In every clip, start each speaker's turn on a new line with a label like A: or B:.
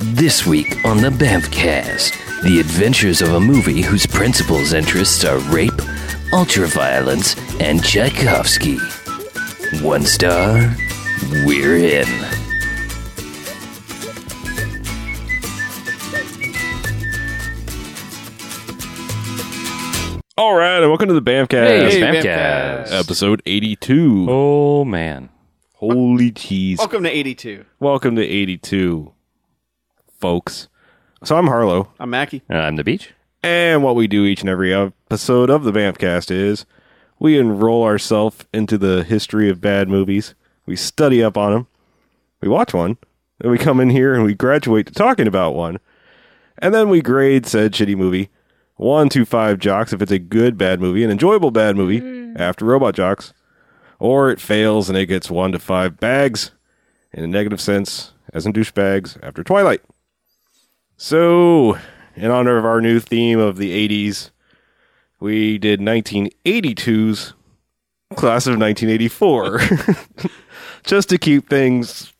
A: This week on the Bamfcast, the adventures of a movie whose principal interests are rape, ultraviolence, and Tchaikovsky. One star, we're in.
B: All right, and welcome to the Bamcast,
C: Hey,
D: Bamcast.
B: episode 82.
D: Oh man.
B: Holy cheese.
C: Welcome to 82.
B: Welcome to 82, folks. So I'm Harlow,
C: I'm Mackie.
D: And I'm the beach.
B: and what we do each and every episode of the Bamcast is we enroll ourselves into the history of bad movies, we study up on them, we watch one, then we come in here and we graduate to talking about one, and then we grade said shitty movie. One, two, five jocks if it's a good bad movie, an enjoyable bad movie after Robot Jocks, or it fails and it gets one to five bags in a negative sense, as in douchebags after Twilight. So, in honor of our new theme of the 80s, we did 1982's class of 1984 just to keep things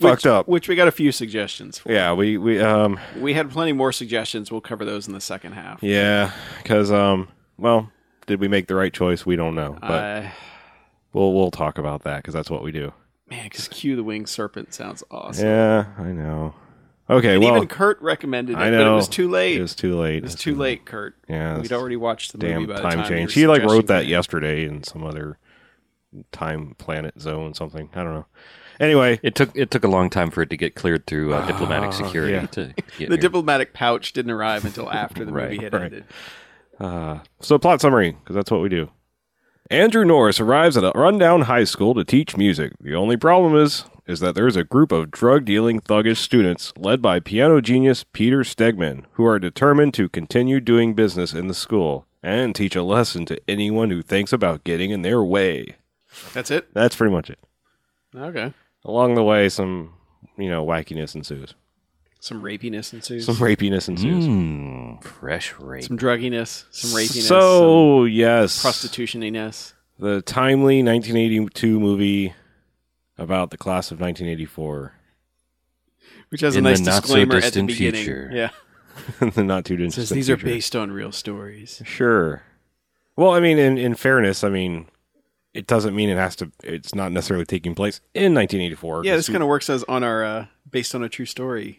B: fucked
C: Which-
B: up.
C: Which we got a few suggestions for.
B: Yeah, we we um
C: We had plenty more suggestions. We'll cover those in the second half.
B: yeah, because um well, did we make the right choice? We don't know, but
C: Uh,
B: we'll we'll talk about that because that's what we do.
C: man, because Q the Winged Serpent sounds awesome.
B: Yeah, I know. Okay,
C: And
B: well,
C: Even Kurt recommended it,
B: I
C: but it
B: know.
C: was too late.
B: it was too late.
C: It was too late, Kurt.
B: Yeah,
C: We'd
B: it's-
C: already watched the
B: Damn
C: movie by the
B: time
C: time
B: change.
C: your
B: He like wrote
C: suggestion
B: that
C: came.
B: yesterday in some other time planet zone something. I don't know. Anyway,
D: It took it took a long time for it to get cleared through uh, diplomatic security
B: Ah, yeah.
D: to get
C: The
D: here.
C: diplomatic pouch didn't arrive until after the
D: Right,
C: movie had
B: right.
C: ended.
B: So, plot summary, because that's what we do. Andrew Norris arrives at a rundown high school to teach music. The only problem is, is that there is a group of drug-dealing thuggish students led by piano genius Peter Stegman, who are determined to continue doing business in the school and teach a lesson to anyone who thinks about getting in their way.
C: That's it.
B: That's pretty much it.
C: Okay.
B: Along the way, some you know wackiness ensues,
C: Some rapiness ensues.
B: some
C: Some,
B: rapiness ensues.
A: Hmm,
D: Mm, fresh rape.
C: drugginess. Some rapiness. some
B: so yes,
C: prostitutioniness.
B: the timely 1982 movie about the class of 1984
C: which has
D: In
C: a
D: the
C: nice
D: not so
C: disclaimer at the
D: distant
C: beginning.
D: future.
C: Yeah,
B: the not too
C: it
B: distant
C: says these are
B: future.
C: based on real stories.
B: sure well i mean in, in fairness i mean it doesn't mean it has to it's not necessarily taking place in 1984
C: Yeah, this kind of works as on our uh, based on a true story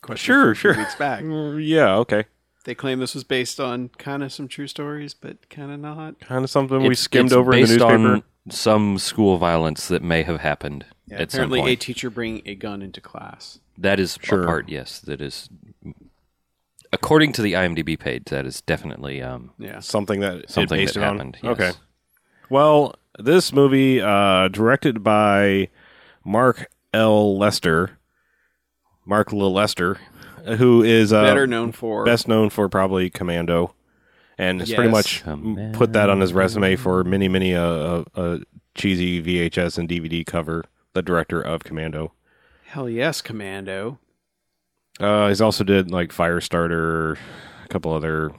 C: question.
B: Sure,
C: from a few
B: sure.
C: Weeks back,
B: of yeah okay
C: they claim this was based on kind of some true stories, but kind of not.
B: kind of something we
D: It's-
B: skimmed
D: it's
B: over in the
D: based
B: newspaper
D: on some school violence that may have happened
C: Yeah,
D: at some
C: apparently, a
D: point.
C: teacher bringing a gun into class.
D: that is
B: Sure.
D: a part, yes, that is according to the IMDb page, that is definitely um
C: Yeah,
B: something that
D: Something
B: it based
D: that
B: it on?
D: happened, yes.
B: Okay. Well, this movie, uh, directed by Mark L. Lester, Mark L. Lester, who is uh,
C: better known for
B: best known for probably Commando, and has pretty
C: Yes.
B: much put that on his resume for many, many a uh, uh, uh, cheesy VHS and DVD cover. The director of Commando.
C: hell yes, Commando.
B: Uh, he's also did like Firestarter, a couple other,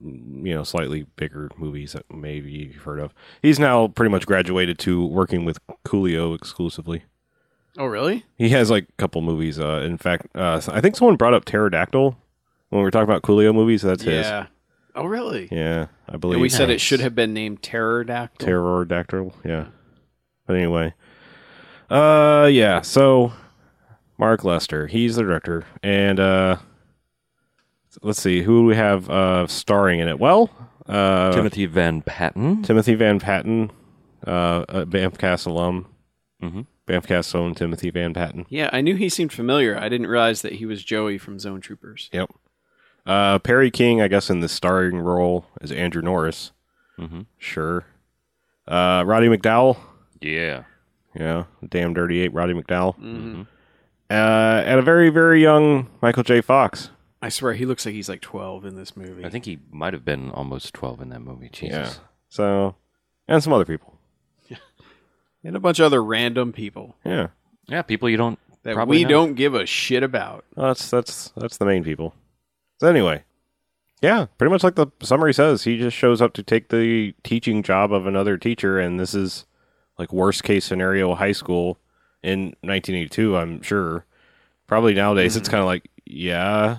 B: you know, slightly bigger movies that maybe you've heard of. He's now pretty much graduated to working with Coolio exclusively.
C: Oh really?
B: He has like a couple movies. Uh, in fact, uh, I think someone brought up Pterodactyl when we were talking about Coolio movies. That's his.
C: Yeah. Oh really?
B: Yeah, I believe
C: And we said it should have been named Pterodactyl.
B: Pterodactyl. Yeah. But anyway, uh, yeah. So Mark Lester, he's the director, and uh, let's see who do we have uh starring in it. Well, uh,
D: Timothy Van Patten.
B: Timothy Van Patten, uh, a Banffcast alum,
D: Mhm.
B: Banffcast own Timothy Van Patten.
C: yeah, I knew he seemed familiar. I didn't realize that he was Joey from Zone Troopers.
B: Yep. Uh, Perry King, I guess, in the starring role as Andrew Norris.
D: Mhm.
B: Sure. Uh, Roddy McDowell,
D: Yeah.
B: Yeah, damn dirty ape, Roddy McDowell, uh, and a very very young Michael J. Fox.
C: I swear he looks like he's like 12 in this movie.
D: I think he might have been almost twelve in that movie. Jesus.
B: So, and some other people.
C: and a bunch of other random people
B: Yeah,
D: Yeah, people you don't
C: that
D: probably
C: we
D: know.
C: don't give a shit about.
B: well, Oh, that's that's that's the main people. So anyway, yeah, pretty much like the summary says, he just shows up to take the teaching job of another teacher, and this is like worst case
C: Mm-hmm.
B: scenario high school in 1982. I'm sure. Probably nowadays it's kind of like yeah,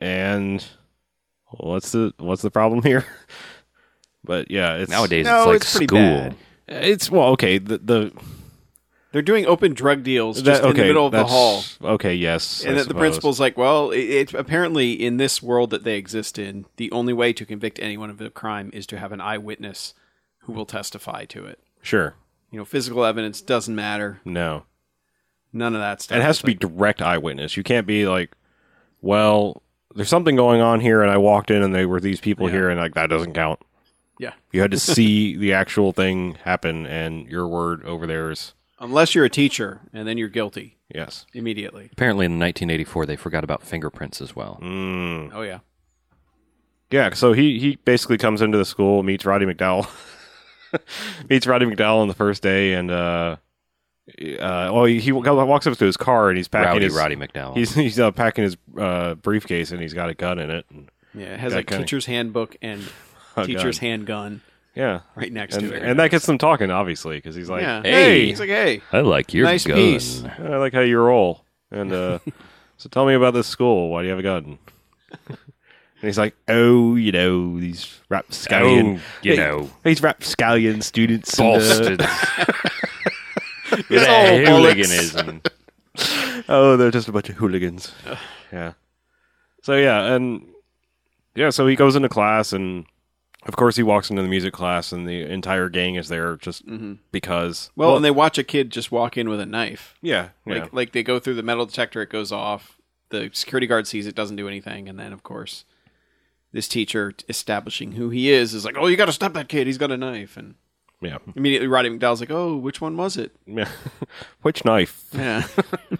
B: and what's the what's the problem here? but yeah, it's
D: Nowadays,
C: No,
D: it's like
C: it's pretty
D: school.
C: bad.
B: It's well, okay. The the
C: They're doing open drug deals just
B: that- okay,
C: in the middle of the
B: that's-
C: hall.
B: Okay, yes, I
C: and that the
B: suppose.
C: principal's like, well, it, it, apparently in this world that they exist in, the only way to convict anyone of a crime is to have an eyewitness who will testify to it.
B: Sure,
C: You know, physical evidence doesn't matter.
B: no,
C: None of that stuff.
B: it has
C: It's
B: to be direct eyewitness. You can't be like, well, there's something going on here, and I walked in, and there were these people here, and like that doesn't count.
C: like- yeah.
B: You had to see the actual thing happen, and your word over theirs.
C: Unless you're a teacher, and then you're guilty
B: Yes.
C: immediately.
D: Apparently, in 1984, they forgot about fingerprints as well.
B: Mm.
C: Oh yeah.
B: Yeah. So he he basically comes into the school, meets Roddy McDowell, meets Roddy McDowell on the first day, and uh, uh, well, he, he walks up to his car, and he's packing
D: Rowdy
B: his
D: Roddy McDowell.
B: he's he's uh, packing his uh, briefcase, and he's got a gun in it. And,
C: Yeah, it has
B: That
C: a
B: kinda-
C: teacher's handbook and
B: A
C: teacher's
B: gun.
C: handgun
B: yeah.
C: right next
B: And,
C: to it.
B: and that gets them talking, obviously, because he's like,
C: yeah.
B: "Hey,
C: He's like, hey,
D: I like your
C: nice
D: gun.
C: piece.
B: I like how you roll. And uh, so tell me about this school. Why do you have a gun? And he's like, oh, you know, these rapscallion.
D: Oh, you know.
B: These rapscallion students. and, uh,
D: Boston.
C: It's all bullets.
D: hooliganism.
B: oh, they're just a bunch of hooligans. yeah. So, yeah. And yeah, so he goes into class and. Of course, he walks into the music class, and the entire gang is there just
D: Mm-hmm.
B: because.
C: Well, and they watch a kid just walk in with a knife.
B: yeah, yeah.
C: Like like they go through the metal detector, it goes off. The security guard sees it, doesn't do anything, and then of course, this teacher t- establishing who he is is like, "Oh, you got to stop that kid. He's got a knife." And
B: yeah,
C: immediately, Roddy McDowell's like, "Oh, which one was it?"
B: yeah. Which knife?
C: Yeah.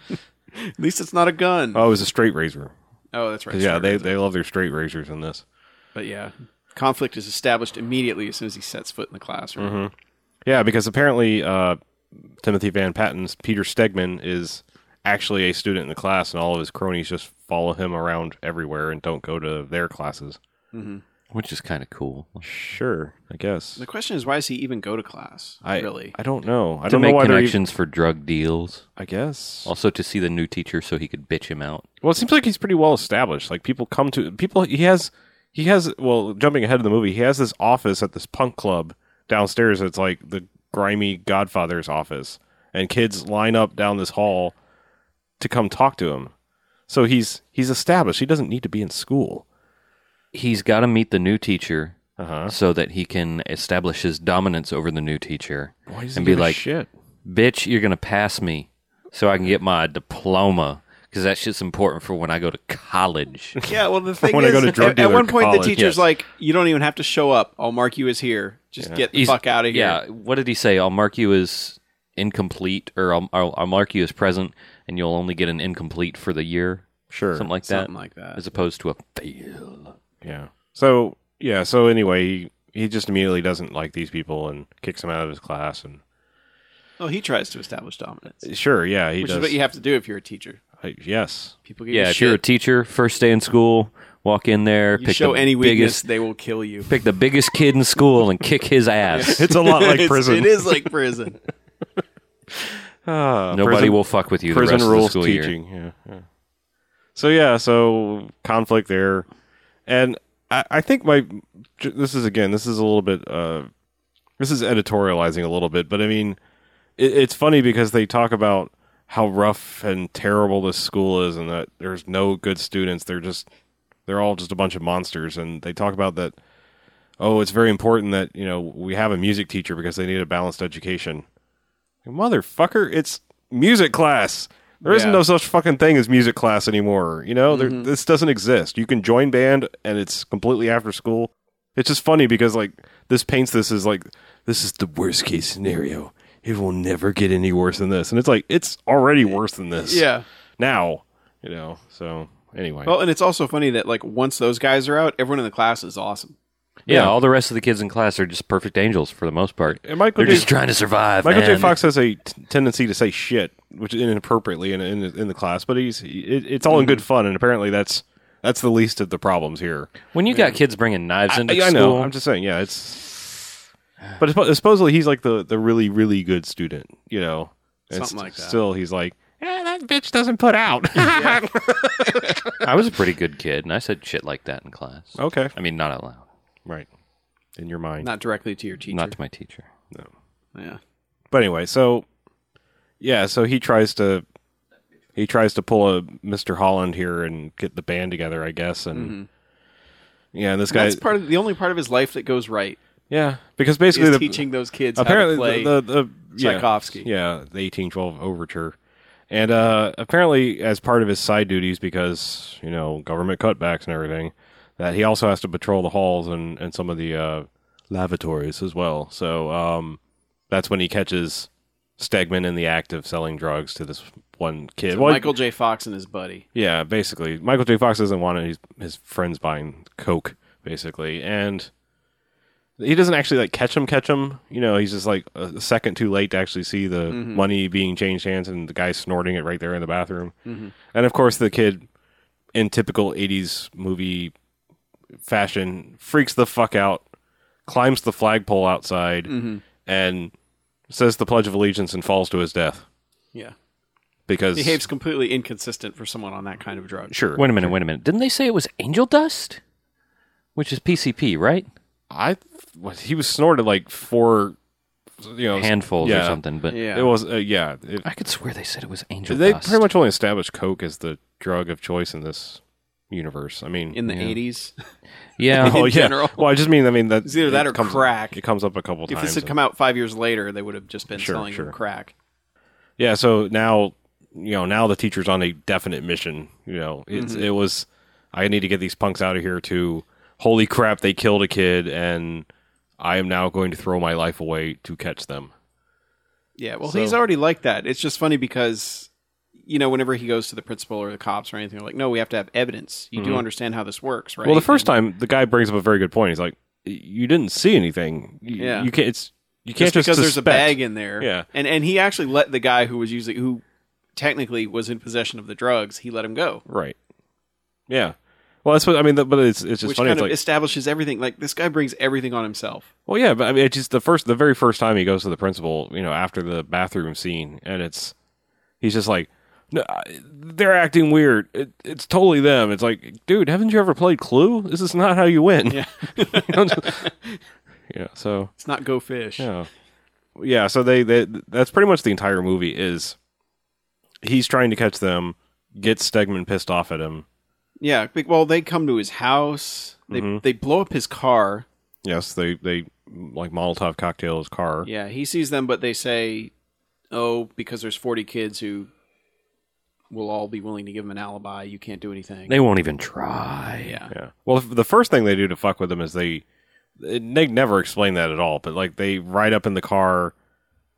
C: At least it's not a gun.
B: Oh, it was a straight razor.
C: Oh, that's right.
B: 'Cause, yeah, they,
C: sorry.
B: they love their straight razors in this.
C: But yeah, conflict is established immediately as soon as he sets foot in the classroom.
B: Mm-hmm. Yeah, because apparently uh, Timothy Van Patten's Peter Stegman is actually a student in the class, and all of his cronies just follow him around everywhere and don't go to their classes.
D: Which is kind of cool.
B: Sure, I guess.
C: The question is, why does he even go to class?
B: I
C: really?
B: I don't know. I
D: To
B: don't know
D: make
B: why they're even-
D: connections for drug deals.
B: I guess.
D: Also to see the new teacher so he could bitch him out.
B: Well, it seems like he's pretty well established. Like people come to people. He has he has. Well, jumping ahead of the movie, he has this office at this punk club downstairs. It's like the grimy Godfather's office, and kids line up down this hall to come talk to him. So he's he's established. He doesn't need to be in school.
D: He's got to meet the new teacher
B: Uh huh.
D: so that he can establish his dominance over the new teacher
B: Why does
D: and
B: he
D: be
B: give a
D: like,
B: shit?
D: "Bitch, you're going to pass me so I can get my diploma." Because that shit's important for when I go to college.
C: Yeah, well, the thing
B: When I
C: is,
B: go to drug
C: at, at
B: dealer
C: one point,
B: college,
C: the teacher's
B: yes.
C: like, "You don't even have to show up. I'll mark you as here. Just get the
D: He's-
C: fuck out of here."
D: Yeah. What did he say? I'll mark you as incomplete, or I'll, I'll, I'll mark you as present, and you'll only get an incomplete for the year.
B: Sure.
D: Something like that.
C: something like that.
D: As opposed to a fail.
B: Yeah. So yeah. So anyway, he, he just immediately doesn't like these people and kicks them out of his class. And
C: Oh, he tries to establish dominance,
B: sure, yeah, he
C: which
B: does.
C: is what you have to do if you're a teacher.
B: I- yes.
C: People give
D: Yeah.
C: you
D: If you're a
C: shit.
D: teacher, first day in school, walk in there,
C: you
D: pick
C: show
D: the
C: any weakness,
D: biggest,
C: they will kill you.
D: pick the biggest kid in school, and kick his ass.
B: It's a lot like
C: It's-
B: prison.
C: It is like prison.
B: Ah,
D: Nobody
B: prison-
D: will fuck with you.
B: prison
D: the rest
B: rules
D: of the school Year.
B: teaching. Yeah, yeah. So yeah, so conflict there, and I, I think my j- this is again this is a little bit uh this is editorializing a little bit, but I mean it, it's funny because they talk about how rough and terrible this school is, and that there's no good students. They're just they're all just a bunch of monsters, and they talk about that. Oh, it's very important that you know we have a music teacher because they need a balanced education. Motherfucker, it's music class. There not
C: Yeah.
B: no such fucking thing as music class anymore. You know, there, this doesn't exist. You can join band, and it's completely after school. It's just funny because like this paints this as like this is the worst case scenario. It will never get any worse than this, and it's like it's already worse than this.
C: Yeah.
B: Now, you know. So anyway,
C: Well, and it's also funny that like once those guys are out, everyone in the class is awesome.
D: Yeah,
B: Yeah.
D: All the rest of the kids in class are just perfect angels for the most part.
B: And Michael
D: They're
B: J-
D: just trying to survive.
B: Michael J.
D: man.
B: Fox has a t- tendency to say shit, which is inappropriately in in, in the class, but he's it, it's all in good fun, and apparently that's that's the least of the problems here.
D: When you got kids bringing knives into
B: I, I
D: school,
B: know. I'm just saying. Yeah, it's. But suppo- supposedly he's like the the really really good student, you know. And
C: Something like that.
B: Still, he's like, "Eh, that bitch doesn't put out.
D: I was a pretty good kid, and I said shit like that in class.
B: okay.
D: I mean, not out loud,
B: Right. In your mind.
C: Not directly to your teacher.
D: not to my teacher.
C: yeah.
B: But anyway, so yeah, so he tries to he tries to pull a Mr. Holland here and get the band together, I guess, and yeah, and this guy,
C: Mm-hmm. That's part of the only part of his life that goes right
B: yeah, because basically
C: is
B: the,
C: teaching those kids
B: apparently
C: how to play.
B: the, the, the yeah,
C: Tchaikovsky.
B: yeah, the eighteen twelve overture, and uh, apparently as part of his side duties, because you know government cutbacks and everything, that he also has to patrol the halls and and some of the uh, lavatories as well. So um, that's when he catches Stegman in the act of selling drugs to this one kid. Well,
C: Michael J. Fox and his buddy.
B: yeah, basically, Michael J. Fox doesn't want his his friends buying coke, basically, and he doesn't actually like catch him, catch him. You know, he's just like a second too late to actually see the money being changed hands, and the guy snorting it right there in the bathroom. And of course, the kid, in typical '80s movie fashion, freaks the fuck out, climbs the flagpole outside, and says the Pledge of Allegiance and falls to his death
C: Yeah.
B: because
C: Behaves completely inconsistent for someone on that kind of drug.
B: sure.
D: Wait a minute, wait a minute. Didn't they say it was angel dust, which is PCP, right?
B: I what, he was snorted like four, you know,
D: Handfuls
B: yeah.
D: or something. But
C: Yeah.
B: It was uh, yeah. It,
D: I could swear they said it was angel
B: they
D: dust.
B: pretty much only established coke as the drug of choice in this universe. I mean,
C: in the 80s.
D: yeah.
B: oh, yeah.
C: general.
B: Well, I just mean I mean that
C: It's either that
B: it
C: or
B: comes-
C: crack.
B: It comes up a couple
C: If
B: times.
C: this had come out five years later, they would have just been
B: Sure,
C: selling
B: sure.
C: him crack.
B: yeah. So now you know now the teacher's on a definite mission. You know, it's
C: Mm-hmm.
B: it was I need to get these punks out of here. To holy crap, they killed a kid, and I am now going to throw my life away to catch them.
C: Yeah, well,
B: So-
C: he's already like that. It's just funny because, you know, whenever he goes to the principal or the cops or anything, they're like, no, we have to have evidence. You do understand how this works, right?
B: Mm-hmm. Well, the first time the guy brings up a very good point. He's like, "You didn't see anything. You,
C: Yeah.
B: you can't. It's you
C: just
B: can't just,
C: because there's a
B: suspect."
C: bag in there.
B: Yeah.
C: and and he actually let the guy who was using who technically was in possession of the drugs, he let him go,
B: right? Yeah. Well, that's what I mean. the- But it's it's just
C: which
B: funny.
C: kind
B: It's
C: of
B: like,
C: establishes everything. Like this guy brings everything on himself.
B: well, yeah, but I mean, it's just the first, the very first time he goes to the principal. You know, after the bathroom scene, and it's he's just like, no, I- they're acting weird. It, it's totally them. It's like, dude, haven't you ever played Clue? This is not how you win.
C: Yeah.
B: yeah. So
C: It's not go fish.
B: Yeah. Yeah, so they, they that's pretty much the entire movie is he's trying to catch them, gets Stegman pissed off at him.
C: Yeah, be- well, they come to his house. They
B: Mm-hmm.
C: they blow up his car.
B: Yes, they they like Molotov cocktail his car.
C: Yeah, he sees them, but they say, "Oh, because there's 40 kids who will all be willing to give him an alibi. You can't do anything."
D: They won't even try.
C: yeah.
B: Yeah. Well, the first thing they do to fuck with him is they they never explain that at all, but like they ride up in the car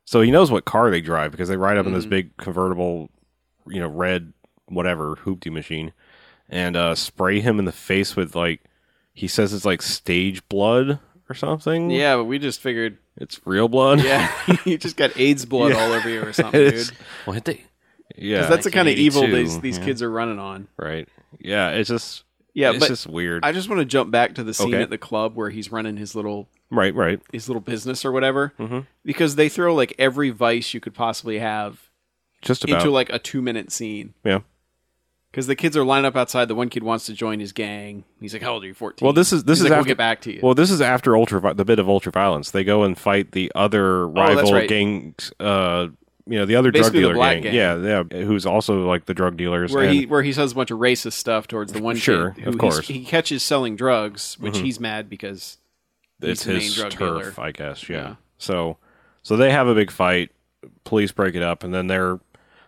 B: so he knows what car they drive because they ride up in
C: Mm-hmm.
B: this big convertible, you know, red whatever hoopty machine and uh spray him in the face with like he says it's like stage blood or something.
C: Yeah, but we just figured,
B: It's real blood.
C: yeah, you just got AIDS blood all over you or something, dude.
B: It's-
C: Because
D: Well, had they,
B: yeah,
C: that's the kind of evil
D: 1982,
C: these these
D: yeah.
C: kids are running on.
B: right. Yeah, it's just
C: Yeah,
B: it's
C: but
B: just weird.
C: I just want to jump back to the scene
B: Okay.
C: at the club where he's running his little
B: right, right.
C: his little business or whatever,
B: Mm-hmm.
C: because they throw like every vice you could possibly have
B: Just about
C: into like a two minute scene.
B: yeah.
C: Because the kids are lined up outside. The one kid wants to join his gang. He's like, "How old are you? 14?
B: Well, this is this is
C: He's like,
B: after,
C: we'll get back to you.
B: Well, this is after ultra the bit of ultra violence. They go and fight the other
C: Oh, that's
B: rival
C: right.
B: gang. Uh, you know, the other
C: Basically the
B: drug dealer
C: black gang.
B: Yeah, yeah. Who's also like the drug dealers.
C: where
B: and-
C: he where he says a bunch of racist stuff towards the one
B: Sure,
C: kid.
B: of
C: he's-
B: course. Mm-hmm.
C: he catches selling drugs, which he's mad because he's
B: it's
C: the main
B: his
C: drug
B: turf,
C: dealer.
B: I guess. Yeah.
C: Yeah.
B: So, so they have a big fight. Police break it up, and then they're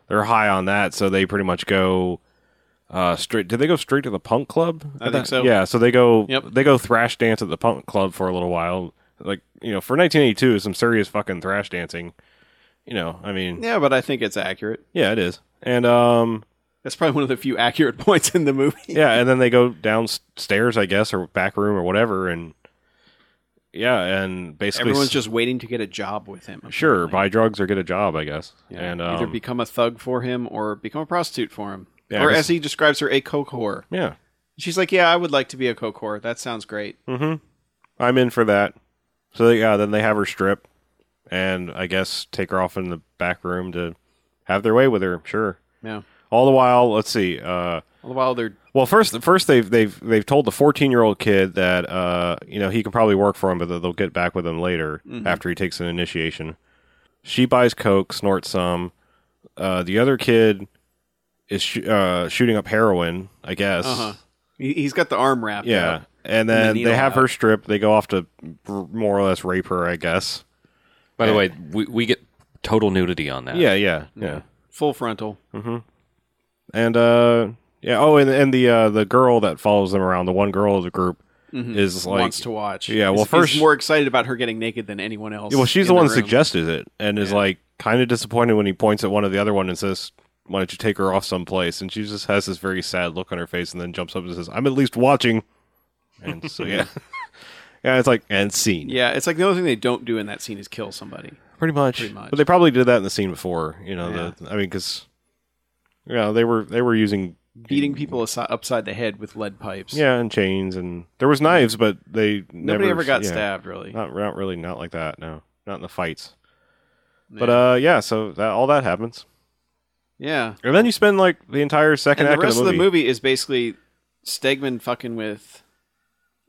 B: they're high on that, so they pretty much go uh, straight. Did they go straight to the punk club?
C: I think so.
B: Yeah. So they go.
C: Yep.
B: They go thrash dance at the punk club for a little while. Like you know, for 1982, some serious fucking thrash dancing. You know, I mean,
C: Yeah, but I think it's accurate.
B: yeah, it is. And um,
C: That's probably one of the few accurate points in the movie.
B: yeah, and then they go downstairs, I guess, or back room or whatever, and yeah, and basically
C: Everyone's just waiting to get a job with him.
B: Sure,
C: apparently.
B: buy drugs or get a job, I guess.
C: Yeah,
B: And
C: either
B: um,
C: become a thug for him or become a prostitute for him,
B: Yeah,
C: or
B: this-
C: as he describes her, a coke whore.
B: yeah,
C: She's like, "Yeah, I would like to be a coke whore. That sounds great."
B: Hmm. I'm in for that. So they, yeah, then they have her strip, and I guess take her off in the back room to have their way with her. Sure.
C: Yeah.
B: All the while, let's see. Uh,
C: All the while they're
B: well, first, first they've they've they've told the 14 year old kid that uh, you know he can probably work for him, but that they'll get back with him later
C: Mm-hmm.
B: after he takes an initiation. She buys coke, snorts some. Uh, the other kid is sh- uh, shooting up heroin, I guess.
C: uh-huh. He- He's got the arm wrapped.
B: Yeah.
C: up.
B: And then they
C: the needle
B: have
C: out.
B: her stripped. They go off to r- more or less rape her, I guess.
D: By the way, we, we get total nudity on that.
B: Yeah, yeah, yeah.
C: Full frontal.
B: And uh, yeah. Oh, and and the uh, the girl that follows them around, the one girl of the group, is like
C: wants to watch.
B: Yeah, well,
C: Is- is
B: first-
C: more excited about her getting naked than anyone else.
B: Well, she's
C: in
B: the one that
C: room.
B: suggested it and is like kind of disappointed when he points at one of the other one and says, "Why don't you take her off someplace?" And she just has this very sad look on her face and then jumps up and says, "I'm at least watching." And so yeah, yeah, it's like and scene
C: Yeah, it's like the only thing they don't do in that scene is kill somebody.
B: pretty much.
C: Pretty much.
B: But they probably did that in the scene before. You know,
C: Yeah.
B: the, I mean, because you know they were they were using
C: Beating people asi- upside the head with lead pipes.
B: yeah and chains and there was knives, but they
C: Nobody
B: never,
C: ever got
B: yeah. Uh,
C: stabbed, really.
B: Not not really not like that. No, not in the fights. But uh, yeah, so that all that happens.
C: yeah.
B: And then you spend like the entire second
C: And the
B: act
C: rest
B: of the movie.
C: is basically Stegman fucking with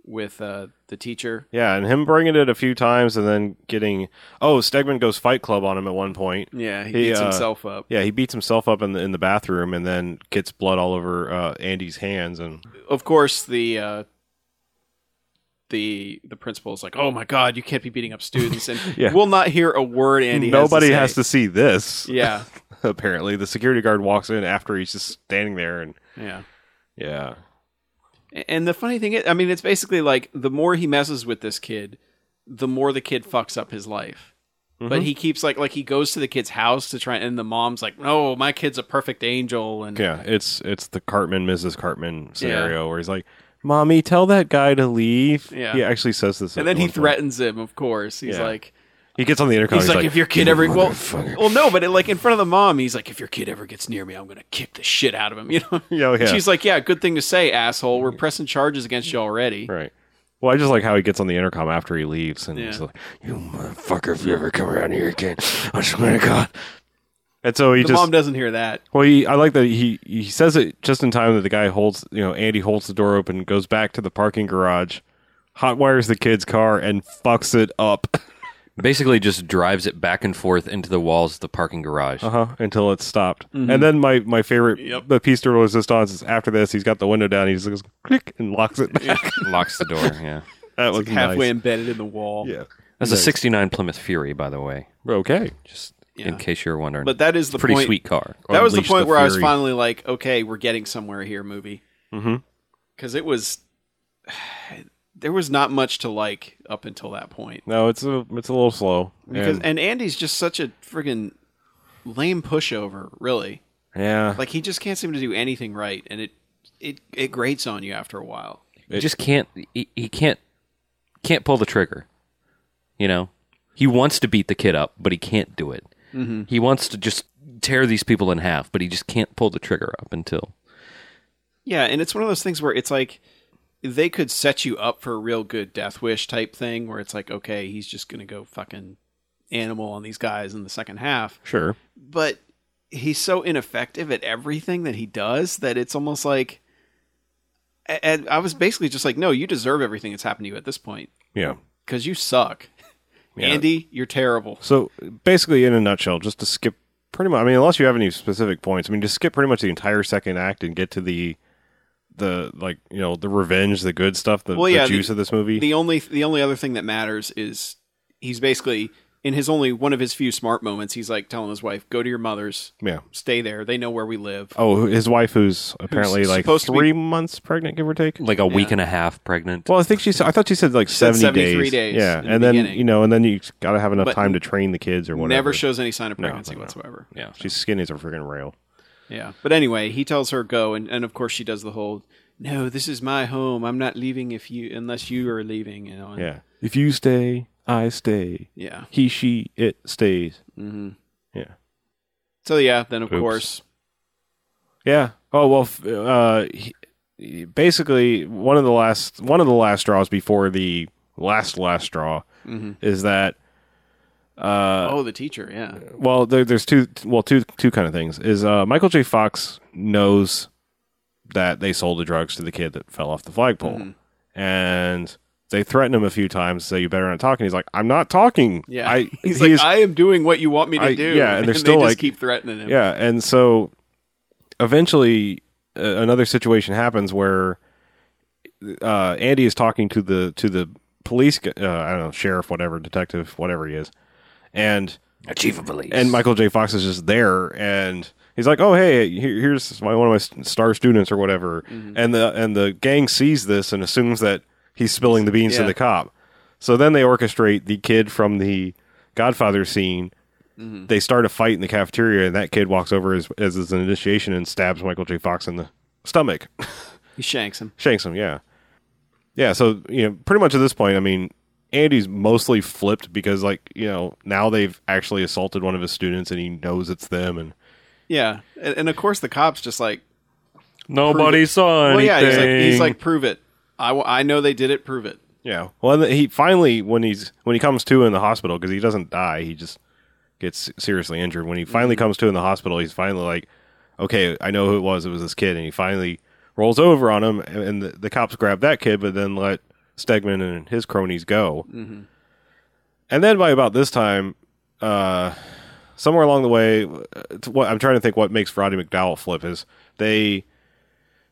C: with uh, the teacher.
B: Yeah, and him bringing it a few times and then getting oh, Stegman goes Fight Club on him at one point.
C: Yeah, he,
B: He,
C: beats
B: uh,
C: himself up.
B: Yeah, he beats himself up in the in the bathroom and then gets blood all over uh, Andy's hands and
C: Of course, the uh, the the principal is like, "Oh my god, you can't be beating up students," and
B: Yeah.
C: we'll not hear a word. Andy,
B: nobody
C: has
B: has
C: to.
B: to see this.
C: say. Yeah,
B: apparently the security guard walks in after he's just standing there and
C: yeah.
B: yeah,
C: And the funny thing is, I mean, it's basically like the more he messes with this kid, the more the kid fucks up his life.
B: Mm-hmm.
C: But he keeps like like he goes to the kid's house to try, and the mom's like, "No, my kid's a perfect angel," and
B: yeah. It's it's the Cartman Mrs. Cartman scenario where he's like, "Mommy, tell that guy to leave."
C: Yeah.
B: he actually says this, at
C: and then he
B: one point.
C: threatens him. Of course, he's
B: Yeah.
C: like,
B: He gets on the intercom.
C: he's, like, if your kid ever
B: "You
C: well,
B: motherfucker."
C: well, no, but it, like in front of the mom, he's like, if your kid ever gets near me, I'm gonna kick the shit out of him. You know?
B: Yeah, yeah.
C: She's like, yeah, good thing to say, asshole. We're pressing charges against you already.
B: Right. Well, I just like how he gets on the intercom after he leaves, and he's
C: Yeah.
B: like, "You motherfucker! If you ever come around here again, I swear to God." And so he
C: The
B: just
C: mom doesn't hear that.
B: well, he I like that he he says it just in time that the guy holds you know Andy holds the door open, goes back to the parking garage, hot wires the kid's car, and fucks it up
D: Basically, just drives it back and forth into the walls of the parking garage.
B: uh-huh, until it's stopped. And then my my favorite
C: Mm-hmm. Yep.
B: the piece de resistance is after this he's got the window down, he just goes click and locks it back.
D: Locks the door. Yeah.
B: that was
C: Halfway
B: nice.
C: embedded in the wall.
B: Yeah.
D: That's a 69 Plymouth Fury, by the way,
B: Okay.
D: just
C: Yeah.
D: in case you're wondering.
C: But that is the
D: pretty
C: point.
D: sweet car.
C: that was the
B: Unleash
C: point
B: the
C: where I was
B: Fury. Mm-hmm.
C: finally like, okay, we're getting somewhere here, movie. Because it was, there was not much to like up until that point.
B: No, it's a it's a little slow.
C: Because
B: And-
C: and, Andy's just such a friggin' lame pushover, really.
B: yeah.
C: Like he just can't seem to do anything right, and it it it grates on you after a while.
D: he just can't. He, he can't. Can't pull the trigger. You know, he wants to beat the kid up, but he can't do it. He wants to just tear these people in half, but he just can't pull the trigger up until.
C: Yeah, and it's one of those things where it's like they could set you up for a real good death wish type thing, where it's like, okay, he's just gonna go fucking animal on these guys in the second half.
B: Sure.
C: but he's so ineffective at everything that he does that it's almost like a- and I was basically just like, no, you deserve everything that's happened to you at this point
B: Yeah.
C: because you suck, Andy. You're terrible.
B: So basically, in a nutshell, just to skip pretty much. I mean, unless you have any specific points, I mean, just skip pretty much the entire second act and get to the the like you know the revenge, the good stuff, the,
C: Well,
B: the
C: yeah,
B: juice
C: the-
B: of this movie.
C: The only the only other thing that matters is he's basically in his only one of his few smart moments. He's like telling his wife, "Go to your mother's,
B: yeah.
C: stay there. They know where we live."
B: Oh, his wife, who's apparently like
C: supposed to be-
B: three months pregnant, give or take.
D: Like a week and a half pregnant.
B: Well, I think she. Said, I thought she said like
C: said
B: seventy
C: 73 days
B: Yeah,
C: in the
B: and then
C: beginning.
B: you know, and then you got to have enough
C: But
B: time to train the kids or whatever.
C: Never shows any sign of pregnancy
B: no.
C: whatsoever.
D: yeah.
B: She's skinny as a freaking rail.
C: Yeah. But anyway, he tells her go and, and of course she does the whole no, this is my home. I'm not leaving if you unless you are leaving, you know. and-
B: Yeah. If you stay, I stay.
C: Yeah.
B: He, she, it stays. Mm-hmm. Yeah.
C: So yeah, then of
D: Oops.
C: course.
B: Yeah. Oh well. f- Uh, he- he- basically, one of the last
C: Mm-hmm.
B: one of the last straws before the last last straw is that
C: oh, the teacher. Yeah.
B: well there, there's two well two two kind of things is uh michael j fox knows that they sold the drugs to the kid that fell off the flagpole
C: Mm-hmm.
B: and they threaten him a few times say you better not talk and he's like i'm not talking
C: Yeah.
B: I,
C: He's
B: he
C: like,
B: is-
C: I am doing what you want me to
B: I-
C: do.
B: yeah, and they're
C: they
B: still
C: just
B: like-
C: keep threatening him.
B: yeah and so eventually uh, another situation happens where uh andy is talking to the to the police gu- uh, i don't know sheriff whatever detective whatever he is and
A: A chief of police.
B: and Michael J. Fox is just there, and he's like, "Oh, hey, here- here's my one of my s- star students or whatever," and the and the gang sees this and assumes that he's spilling the beans to
C: Yeah.
B: the cop. So then they orchestrate the kid from the Godfather scene. They start a fight in the cafeteria, and that kid walks over as as his initiation and stabs Michael J. Fox in the stomach,
C: He shanks him.
B: shanks him. Yeah, yeah. So you know, pretty much at this point, I mean. Andy's mostly flipped because, like, you know, now they've actually assaulted one of his students and he knows it's them. And
C: Yeah. And, and of course, the cops just like,
D: Nobody saw
C: well,
D: anything.
C: yeah, he's like, he's like, prove it. I, w- I know they did it. Prove it.
B: Yeah. Well, and he finally when he's when he comes to in the hospital because he doesn't die, he just gets seriously injured. When he finally comes to in the hospital, he's finally like, "Okay, I know who it was. It was this kid." And he finally rolls over on him, and- and the, the cops grab that kid, but then let Stegman and his cronies go. Mm-hmm. And then by about this time, uh, somewhere along the way, uh, it's what I'm trying to think what makes Roddy McDowell flip is they.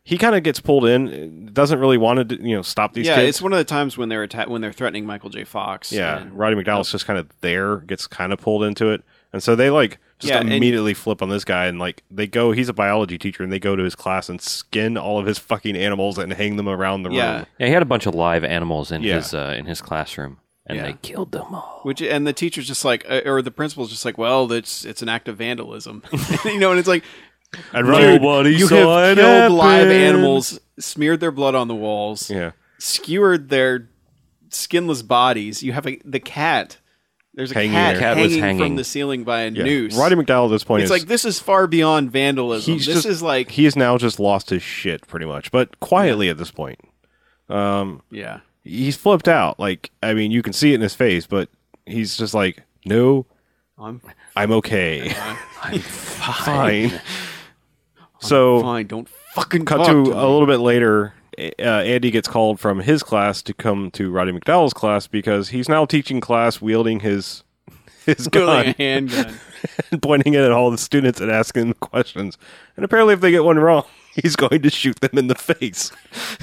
B: He kind of gets pulled in, doesn't really want to, you know, stop these
C: yeah,
B: kids.
C: it's one of the times when they're atta- when they're threatening Michael J. Fox.
B: Yeah,
C: and-
B: Roddy McDowell's just kind of there, gets kind of pulled into it, and so they like just
C: Yeah, and-
B: immediately flip on this guy, and like they go. He's a biology teacher, and they go to his class and skin all of his fucking animals and hang them around the
C: yeah.
B: room.
D: yeah, he had a bunch of live animals in
B: Yeah.
D: his uh, in his classroom, and
C: Yeah.
D: they killed them all.
C: Which and the teacher's just like, uh, or the principal's just like, well, that's it's an act of vandalism, you know. And it's like,
B: I'd rather
D: Nobody
B: you
D: saw
B: have
D: it
C: killed live
D: happened.
C: animals, smeared their blood on the walls,
B: Yeah,
C: skewered their skinless bodies. You have a, the cat. There's a
B: Hanging
C: cat,
B: there.
D: Cat was
C: hanging,
D: hanging.
C: from the ceiling by a
B: yeah.
C: noose.
B: Roddy McDowell at this point
C: it's
B: is
C: like this is far beyond vandalism.
B: he's
C: this
B: just-
C: is like,
B: he has now just lost his shit pretty much, but quietly at this point.
C: yeah,
B: He's flipped out. Like I mean, you can see it in his face, but he's just like, no,
C: I'm
B: I'm okay. I'm fine. So
C: fine. Don't fucking
B: cut
C: talk
B: to
C: to
B: a little bit later. a- Uh, Andy gets called from his class to come to Roddy McDowell's class because he's now teaching class wielding his his
C: Building a
B: gun,
C: handgun.
B: and pointing it at all the students and asking them questions. And apparently, if they get one wrong, he's going to shoot them in the face.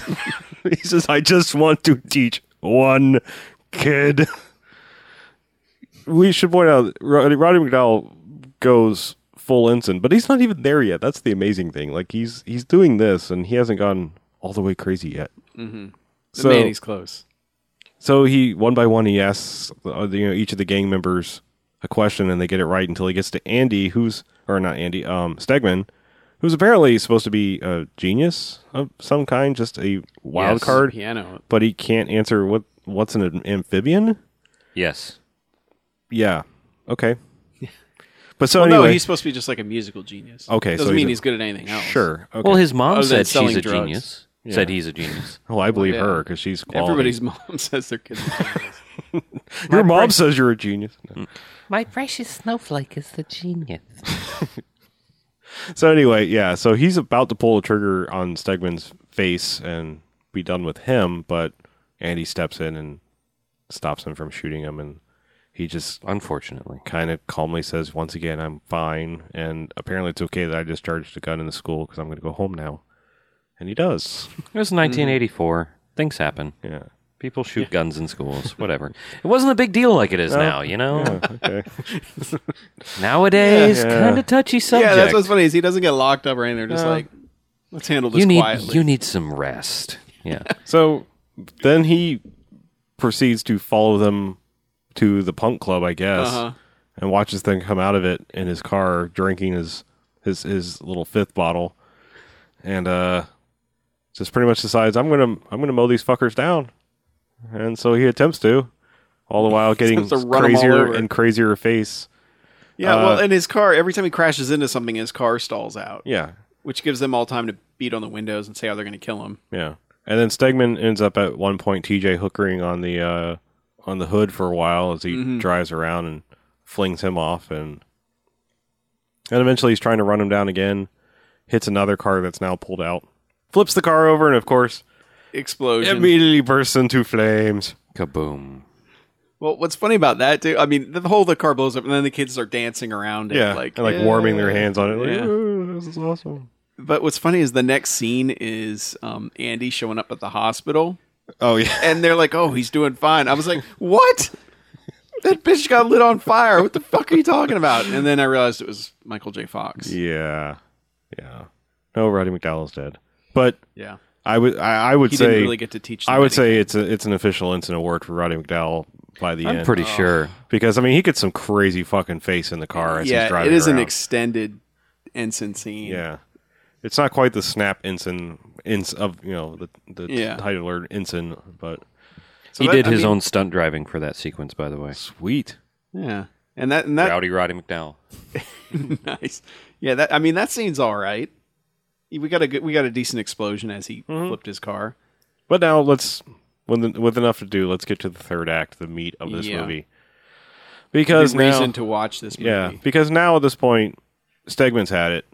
B: he says, "I just want to teach one kid." We should point out Roddy, Roddy McDowell goes full ensign, but he's not even there yet. That's the amazing thing. Like he's he's doing this, and he hasn't gone all the way crazy yet. Mm-hmm.
C: The man, he's close.
B: So he one by one he asks uh, you know each of the gang members a question and they get it right until he gets to Andy who's or not Andy um Stegman who's apparently supposed to be a genius of some kind just a wild
D: Yes.
B: card
C: Piano.
B: but he can't answer what what's an amphibian
D: Yes,
B: yeah okay but so
C: No,
B: anyway
C: he's supposed to be just like a musical genius.
B: Okay, so
C: doesn't
B: he's
C: mean
B: a-
C: he's good at anything else.
B: sure okay
D: Well, his mom
C: Other than
D: said she's
C: selling
D: a
C: drugs.
D: genius. Said he's a genius.
B: well I believe
C: yeah.
B: her because she's quality.
C: Everybody's mom says their kids. are genius.
B: your mom says you're a genius No.
E: My precious snowflake is the genius.
B: So anyway, yeah. So he's about to pull the trigger on Stegman's face and be done with him, but Andy steps in and stops him from shooting him, and he just
D: Unfortunately,
B: kind of calmly says, "Once again, I'm fine, and apparently it's okay that I discharged a gun in the school because I'm going to go home now." And he does.
D: it
C: Mm-hmm.
D: was 1984. Things happen.
B: Yeah.
D: People shoot guns in schools. Whatever. It wasn't a big deal like it is now. You know,
B: Okay.
D: nowadays,
B: Yeah.
D: kind of touchy subject.
C: yeah, that's what's funny is he doesn't get locked up or anything. They're just
B: No.
C: like, let's handle this
D: you need
C: quietly.
D: you need some rest. Yeah.
B: So then he proceeds to follow them to the punk club, I guess,
C: Uh-huh.
B: and watches them come out of it in his car, drinking his his his little fifth bottle, and uh, just pretty much decides I'm gonna I'm gonna mow these fuckers down, and so he attempts to, all the while getting
C: Attempts to run 'em all
B: crazier
C: over.
B: and crazier face.
C: yeah, well,
B: uh,
C: in his car, every time he crashes into something, his car stalls out,
B: Yeah,
C: which gives them all time to beat on the windows and say how they're going to kill him.
B: Yeah, and then Stegman ends up at
C: Mm-hmm.
B: one point TJ hookering on the uh, on the hood for a while as he drives around, and flings him off and and eventually he's trying to run him down again, hits another car that's now pulled out, flips the car over, and of course
C: Explosion.
B: immediately bursts into flames.
D: Kaboom.
C: well, what's funny about that too? I mean, the whole the car blows up, and then the kids are dancing around. And,
B: Yeah,
C: like
B: like, like
C: yeah.
B: warming their hands on it. Like,
C: Yeah.
B: "Ooh, this is awesome.
C: But what's funny is the next scene is um, Andy showing up at the hospital,
B: Oh yeah,
C: and they're like, "Oh, he's doing fine." I was like, "What? That bitch got lit on fire. What the fuck are you talking about?" And then I realized it was Michael J. Fox.
B: yeah, yeah. No, Roddy McDowell's dead, but
C: Yeah.
B: I would I, I would
C: He
B: say
C: didn't really get to teach.
B: I would
C: them
B: say it's a, it's an official instant award for Roddy McDowell by the
D: I'm
B: end Uh,
D: pretty
C: Oh.
D: sure.
B: because I mean he gets some crazy fucking face in the car as
C: anything.
B: he's
C: yeah,
B: driving.
C: it is an
B: around.
C: extended ensign scene.
B: yeah. It's not quite the snap ensign ins of you know the the
C: Yeah.
B: titular ensign, but
D: he
C: that-
D: did
C: I
D: his
C: mean-
D: own stunt driving for that sequence, by the way.
B: sweet.
C: yeah, and that and that
D: Rowdy Roddy McDowell.
C: nice. Yeah, that I mean that scene's all right. We got a good, we got a decent explosion as he
B: Mm-hmm.
C: flipped his car.
B: But now let's with en- with enough to do, let's get to the third act, the meat of this
C: Yeah.
B: movie.
C: Good
B: Because now,
C: reason to watch this movie.
B: Yeah, because now at this point, Stegman's had it.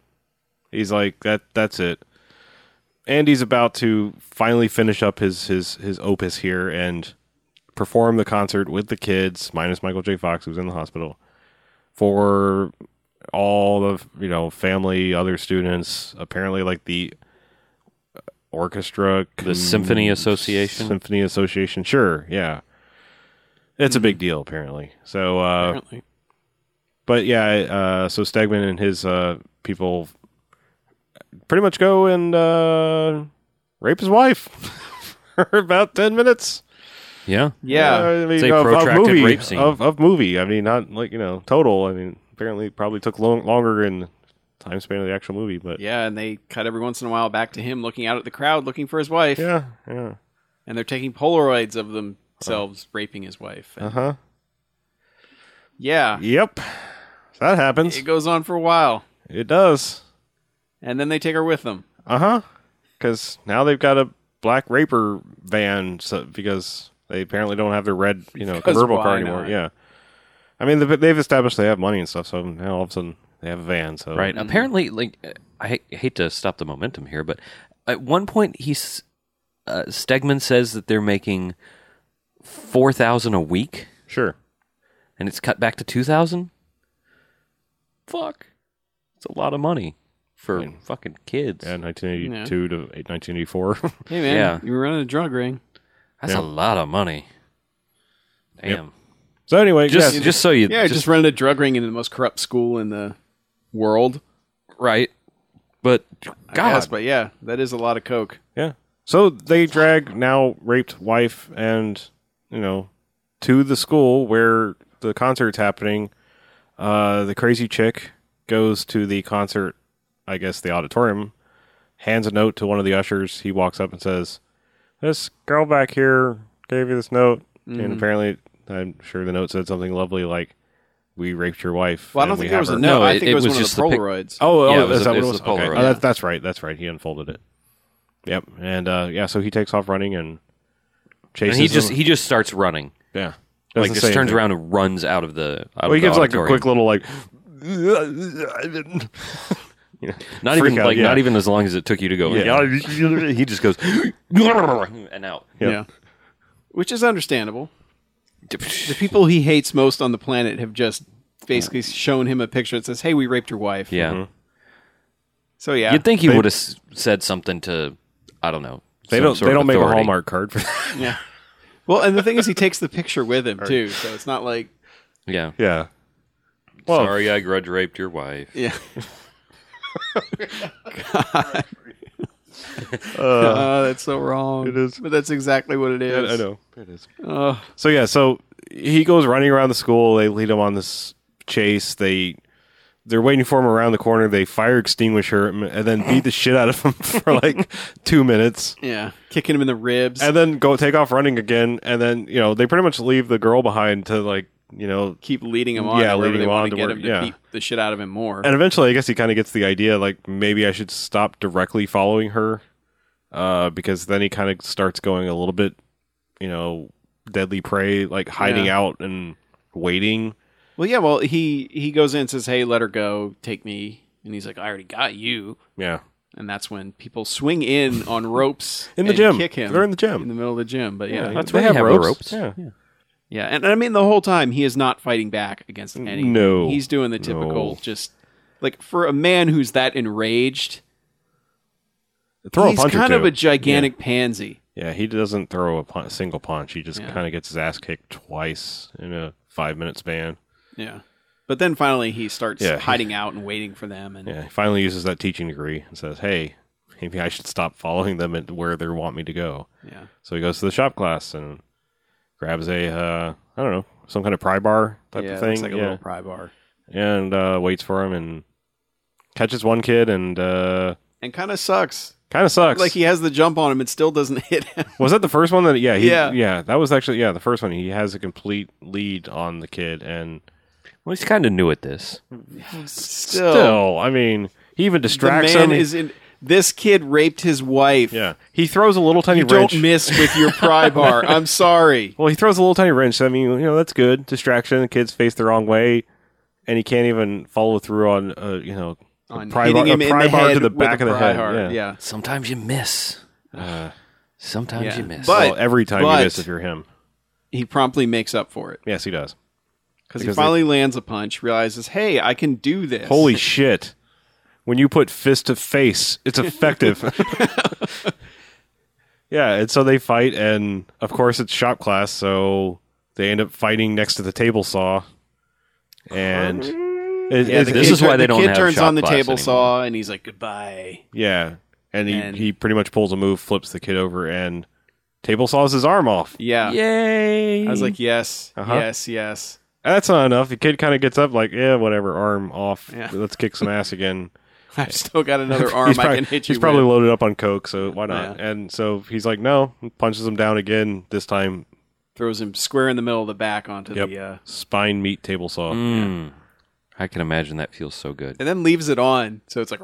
B: He's like that. That's it. Andy's about to finally finish up his his his opus here and perform the concert with the kids, minus Michael J. Fox, who's in the hospital, for all of you know family, other students. Apparently, like the orchestra,
D: The Symphony
C: Mm.
D: Association.
B: Symphony Association. Sure, yeah, it's a big deal apparently. So uh,
C: apparently.
B: but yeah, uh, so Stegman and his uh, people pretty much go and uh, rape his wife for about ten minutes.
D: Yeah.
C: Yeah,
B: I mean,
D: It's a
B: of, of
D: protracted
B: movie
D: rape scene.
B: Of, of movie. I mean, not like you know total. I mean, apparently it probably took long, longer in the time span of the actual movie, but yeah,
C: yeah, and they cut every once in a while back to him looking out at the crowd looking for his wife,
B: yeah, yeah.
C: and they're taking Polaroids of themselves raping his wife.
B: uh huh,
C: Yeah,
B: yep. So that happens.
C: it goes on for a while,
B: It does.
C: and then they take her with them.
B: Uh huh. Because now they've got a black raper van so, because they apparently don't have their red, you know,
C: Because
B: convertible car
C: why
B: anymore.
C: not?
B: Yeah. I mean, they've they've established they have money and stuff, so now all of a sudden they have a van. So
D: Right. Apparently, like I ha- hate to stop the momentum here, but at one point he's uh, Stegman says that they're making four thousand a week,
B: sure.
D: and it's cut back to two thousand. Fuck, it's a lot of money for fucking kids.
B: Yeah, 1982 to 1984.
C: Hey man,
D: Yeah.
C: you were running a drug ring.
D: That's
B: Yeah.
D: a lot of money. Damn.
B: so anyway,
D: Just
B: yes.
D: just so you
C: Yeah, just, running a drug ring in the most corrupt school in the world.
D: right, but
C: I
D: God,
C: guess, but yeah, that is a lot of coke.
B: yeah. So they drag now raped wife and you know to the school where the concert's happening. Uh, the crazy chick goes to the concert, I guess the auditorium, hands a note to one of the ushers. He walks up and says, This girl back here gave you this note.
C: Mm-hmm.
B: And apparently, I'm sure the note said something lovely like, We raped your wife.
C: Well, I don't
B: and we
C: think there
B: have
C: was
B: her."
C: a note.
D: No,
C: I
D: it-
C: think it,
D: it
C: was,
D: was
C: one of
D: just
C: the
D: the pic-
C: Polaroids.
B: Oh, oh
D: Yeah, it
B: is
D: was a-
B: that
D: it
B: what it
D: was a
B: was? Okay.
D: Polaroid.
B: Oh, that, that's right. That's right. He unfolded it. Yep. And uh, yeah, so he takes off running and chases.
D: and he just
B: him.
D: he just starts running,
B: yeah,
D: like
B: Doesn't
D: just
B: say
D: turns
B: anything.
D: around and runs out of the. Out
B: Well, he
D: of the
B: gives like a
D: auditorium.
B: quick little like.
D: Not
B: Freak
D: even
B: out,
D: like
B: yeah.
D: not even as long as it took you to go.
B: Yeah.
D: he just goes and out.
C: Yeah. Which is understandable. The people he hates most on the planet have just basically shown him a picture that says, "Hey, we raped your wife."
D: Yeah,
B: Mm-hmm.
C: So yeah,
D: you'd think he would have said something to I don't know.
B: They
D: some
B: don't.
D: sort
B: They
D: of
B: don't make a
D: authority.
B: Hallmark card for that.
C: yeah. Well, and the thing is, he takes the picture with him too, so it's not like
D: Yeah.
B: yeah. Well,
D: Sorry, I grudge raped your wife.
C: yeah. God. Uh, that's so wrong. It
B: is.
C: but that's exactly what it is.
B: I know it is. so yeah, so he goes running around the school. They lead him on this chase. They they're waiting for him around the corner. They fire extinguisher him and then beat the shit out of him for like two minutes.
C: Yeah, kicking him in the ribs.
B: and then go take off running again and then you know they pretty much leave the girl behind to like you know
C: keep leading him on.
B: Yeah,
C: to wherever
B: leading
C: they
B: him
C: want
B: on
C: to
B: to
C: get
B: where-
C: him to
B: yeah.
C: beat the shit out of him more.
B: and eventually i guess he kind of gets the idea like maybe i should stop directly following her uh because then he kind of starts going a little bit you know deadly prey like hiding
C: Yeah.
B: out and waiting
C: Well, yeah. Well, he he goes in and says, "Hey, let her go. Take me." And he's like, "I already got you."
B: Yeah.
C: And that's when people swing in on ropes
B: In the
C: and
B: gym.
C: Kick him.
B: They're in the gym.
C: in the middle of the gym. But yeah,
B: That's
D: That's where
B: They
D: they
B: have
D: have, the
B: ropes.
D: ropes.
B: Yeah.
C: Yeah, and and I mean the whole time he is not fighting back against anything.
B: No.
C: he's doing the typical
B: No.
C: just like for a man who's that enraged.
B: Throw
C: he's
B: a punch or
C: kind of
B: two.
C: a gigantic pansy.
B: Yeah, he doesn't throw a pun- single punch. He just
C: Yeah.
B: kind of gets his ass kicked twice in a five minute span.
C: Yeah, but then finally he starts
B: Yeah, he-
C: hiding out and waiting for them. And
B: Yeah, he finally uses that teaching degree and says, "Hey, maybe I should stop following them at where they want me to go."
C: yeah,
B: So he goes to the shop class and grabs a uh, I don't know some kind of pry bar type
C: yeah,
B: of
C: it
B: thing,
C: looks like a
B: yeah,
C: little pry bar.
B: and uh, waits for him and catches one kid and uh,
C: and kind of sucks.
B: kind of sucks.
C: Like he has the jump on him and still doesn't hit him.
B: was that the first one that yeah he, yeah
C: Yeah.
B: yeah that was actually yeah the first one he has a complete lead on the kid and
D: Well, he's kind of new at this.
B: still, I mean he even distracts
C: the Oh. man
B: him.
C: is in. This kid raped his wife.
B: yeah, he throws a little tiny
C: You
B: wrench.
C: don't miss with your pry bar. I'm sorry.
B: Well, he throws a little tiny wrench. I mean, you know, that's good. Distraction. The kids face the wrong way, and he can't even follow through on, uh, you know, a
C: On
B: pry
C: hitting
B: bar, a
C: him in
B: pry
C: the
B: bar
C: head
B: to the
C: with
B: back
C: a
B: of the
C: pry
B: head.
C: bar.
B: Yeah.
C: yeah.
D: Sometimes you miss. Sometimes
C: Uh, Yeah.
D: you miss.
C: But-
B: well, every time
C: but-
B: you miss, if you're him,
C: He promptly makes up for it.
B: yes, he does.
C: Because he
B: Because they-
C: finally lands a punch, realizes, hey, I can do this.
B: Holy shit! When you put fist to face, it's effective. yeah, and so they fight, and of course it's shop class, so they end up fighting next to the table saw, and. it-
C: Yeah,
B: it-
C: the
D: this
C: kid
D: is why
C: tur-
D: they
C: the
D: don't
C: kid
D: have
C: turns
D: shot
C: on the
D: glass
C: table
D: anymore.
C: saw and he's like, goodbye.
B: Yeah, and he
C: And-
B: he pretty much pulls a move, flips the kid over, and table saws his arm off.
C: Yeah.
D: Yay!
C: I was like, yes,
B: Uh-huh.
C: yes, yes.
B: That's not enough. The kid kind of gets up, like, yeah, whatever, arm off.
C: Yeah.
B: Let's kick some ass again.
C: I've still got another arm
B: he's
C: I
B: probably,
C: can hit you
B: he's probably
C: with.
B: loaded up on coke, so why not?
C: Yeah.
B: And so he's like, no, punches him down again. This time,
C: Throws him square in the middle of the back onto
B: yep,
C: the. Uh,
B: spine meat table saw.
D: Mm. I can imagine that feels so good.
C: and then leaves it on. So it's like.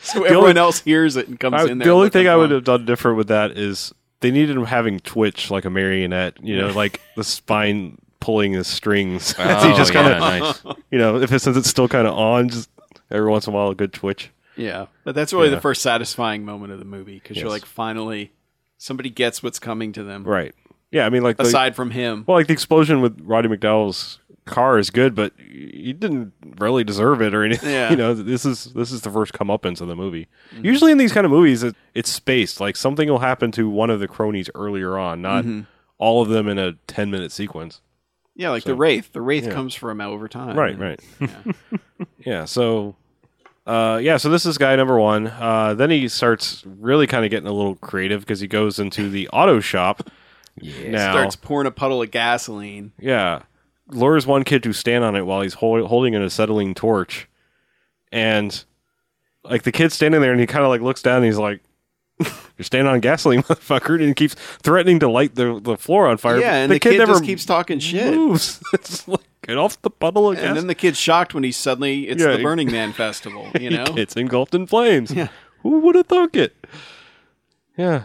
C: so everyone else hears it and comes
B: I-
C: in there.
B: the only
C: looking
B: thing I
C: for
B: would
C: him.
B: have done different with that is they needed him having twitch like a marionette, you know, like the spine pulling his strings. as he
D: Oh,
B: just kind of
D: yeah, nice.
B: you know, if it since it's still kind of on, just every once in a while a good twitch.
C: Yeah. But that's really
B: Yeah.
C: the first satisfying moment of the movie because you're
B: Yes.
C: like, finally, somebody gets what's coming to them.
B: Right. Yeah, I mean, like the,
C: Aside from him.
B: well, like the explosion with Roddy McDowell's car is good, but he didn't really deserve it or anything.
C: Yeah. Mm-hmm.
B: You know, this is this is the first comeuppance of the movie. Usually in these kind of movies, it, it's spaced. Like something will happen to one of the cronies earlier on, not
C: Mm-hmm.
B: all of them in a ten minute sequence.
C: Yeah, like the Wraith. The Wraith comes from over time.
B: Right, right. Yeah. so uh yeah, so this is guy number 1. Uh then he starts really kind of getting a little creative because he goes into the auto shop. Yeah. Now,
C: Starts pouring a puddle of gasoline.
B: yeah. Lures one kid to stand on it while he's hol- holding an acetylene torch. And like the kid's standing there and he kind of like looks down and he's like you're standing on gasoline, motherfucker, and he keeps threatening to light the, the floor on fire.
C: Yeah, and the, kid, just keeps talking shit.
B: moves. it's like get off the puddle of gas.
C: And then the kid's shocked when he's suddenly it's
B: Yeah,
C: the
B: he-
C: Burning Man festival, you know?
B: it's engulfed in flames.
C: Yeah.
B: Who would have thunk it? Yeah.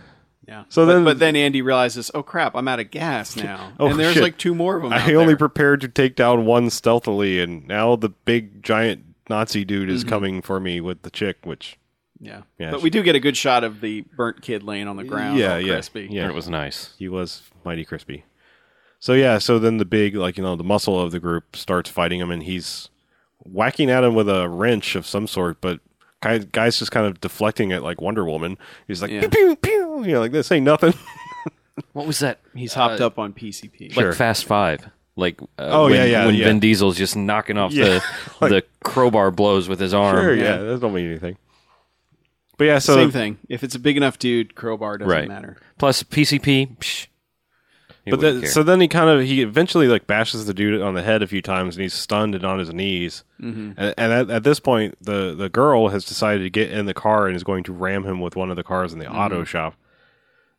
C: Yeah.
B: So
C: But-
B: then-
C: but then Andy realizes, oh crap, I'm out of gas now.
B: Oh,
C: and there's
B: shit.
C: like two more of them. out
B: I only
C: there.
B: prepared to take down one stealthily, and now the big giant Nazi dude
C: Mm-hmm.
B: is coming for me with the chick, which
C: yeah.
B: Yeah,
C: But
B: she-
C: we do get a good shot of the burnt kid laying on the ground.
B: Yeah,
C: all
B: yeah,
C: crispy.
B: yeah.
D: It was nice.
B: he was mighty crispy. So yeah, so then the big, like you know, the muscle of the group starts fighting him, and he's whacking at him with a wrench of some sort, but guy, guy's just kind of deflecting it like Wonder Woman. He's like,
C: Yeah.
B: pew, pew, pew, you know, like this ain't nothing.
D: What was that?
C: He's hopped up on PCP.
D: Uh, Like Fast Five. Like uh,
B: Oh,
D: when,
B: yeah, yeah,
D: when
B: yeah.
D: Vin Diesel's just knocking off
B: Yeah.
D: the the crowbar blows with his arm.
B: sure, yeah, that don't mean anything. But yeah, so
C: Same thing. If it's a big enough dude, crowbar doesn't
D: Right.
C: matter.
D: Plus PCP. Psh, he
B: But
D: wouldn't
B: then,
D: care.
B: so then he kind of he eventually like bashes the dude on the head a few times, and he's stunned and on his knees. Mm-hmm. And, and at, at this point, the the girl has decided to get in the car and is going to ram him with one of the cars in the auto shop.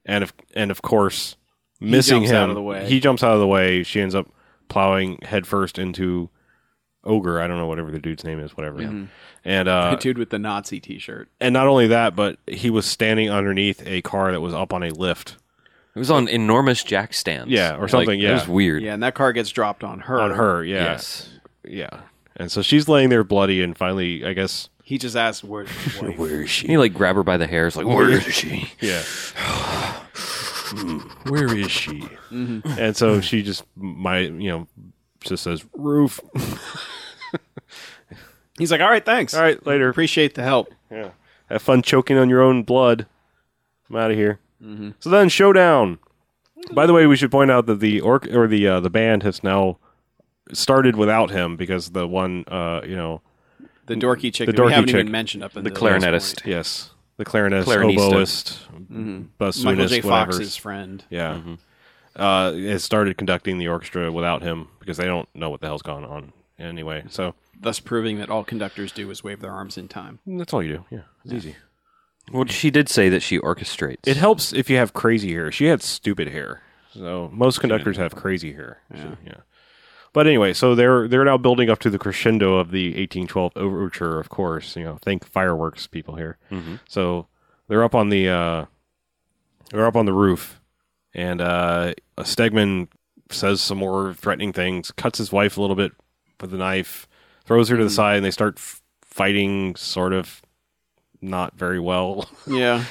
B: And of and of course, missing
C: jumps
B: him,
C: out of the way.
B: he jumps out of the way. She ends up plowing headfirst into ogre. I don't know whatever the dude's name is, whatever. And uh,
C: the dude with the Nazi t shirt.
B: and not only that, but he was standing underneath a car that was up on a lift.
D: It was on enormous jack stands.
B: Yeah, or something,
D: It
B: yeah.
D: was weird.
C: Yeah, and that car gets dropped on her.
B: on her. Yeah,
D: Yes.
B: yeah. And so she's laying there bloody, and finally, I guess,
C: He just asks, "Where's your wife?"
A: Where is she?
D: He like grab her by the hair. It's like, where is she?
B: yeah. Where is she? And so she just my you know just says roof.
C: He's like, "All right, thanks.
B: All right, later.
C: appreciate the help."
B: Yeah. Have fun choking on your own blood. I'm out of here. So then, showdown. By the way, we should point out that the orc or the uh, the band has now started without him because the one uh, you know
C: The dorky chick
B: The
C: that we
B: dorky
C: haven't
B: chick.
C: even mentioned up in the,
D: The clarinetist.
B: yes the clarinetist,
D: Clarinista.
B: oboist, bassoonist,
C: Michael J.
B: whatever.
C: Fox's friend.
B: yeah, uh, has started conducting the orchestra without him because they don't know what the hell's going on anyway. So
C: thus proving that all conductors do is wave their arms in time.
B: that's all you do. Yeah, it's easy.
D: Well, she did say that she orchestrates.
B: It helps if you have crazy hair. She had stupid hair. So most conductors have crazy hair. So, Yeah. But anyway, so they're they're now building up to the crescendo of the 1812 overture, of course, you know, think fireworks people here.
C: Mm-hmm.
B: So they're up on the uh they're up on the roof and uh Stegman says some more threatening things, cuts his wife a little bit with a knife, throws her to the
C: Mm-hmm.
B: side and they start f- fighting sort of not very well.
C: Yeah.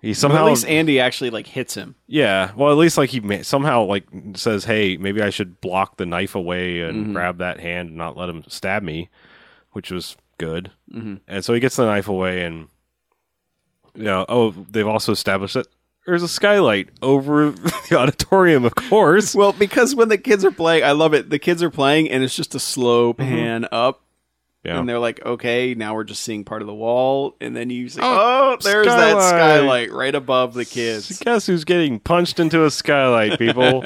B: He
C: But
B: somehow
C: at least Andy actually like hits him.
B: yeah, well, at least like he ma- somehow like says, "Hey, maybe I should block the knife away and grab that hand and not let him stab me," which was good. Mm-hmm. And so he gets the knife away, and you know, oh, they've also established that there's a skylight over the auditorium, of course.
C: Well, because when the kids are playing, I love it. The kids are playing and it's just a slow pan up.
B: Yeah.
C: And they're like, okay, now we're just seeing part of the wall. And then you say, oh, there's that
B: skylight.
C: skylight right above the kids.
B: Guess who's getting punched into a skylight, people?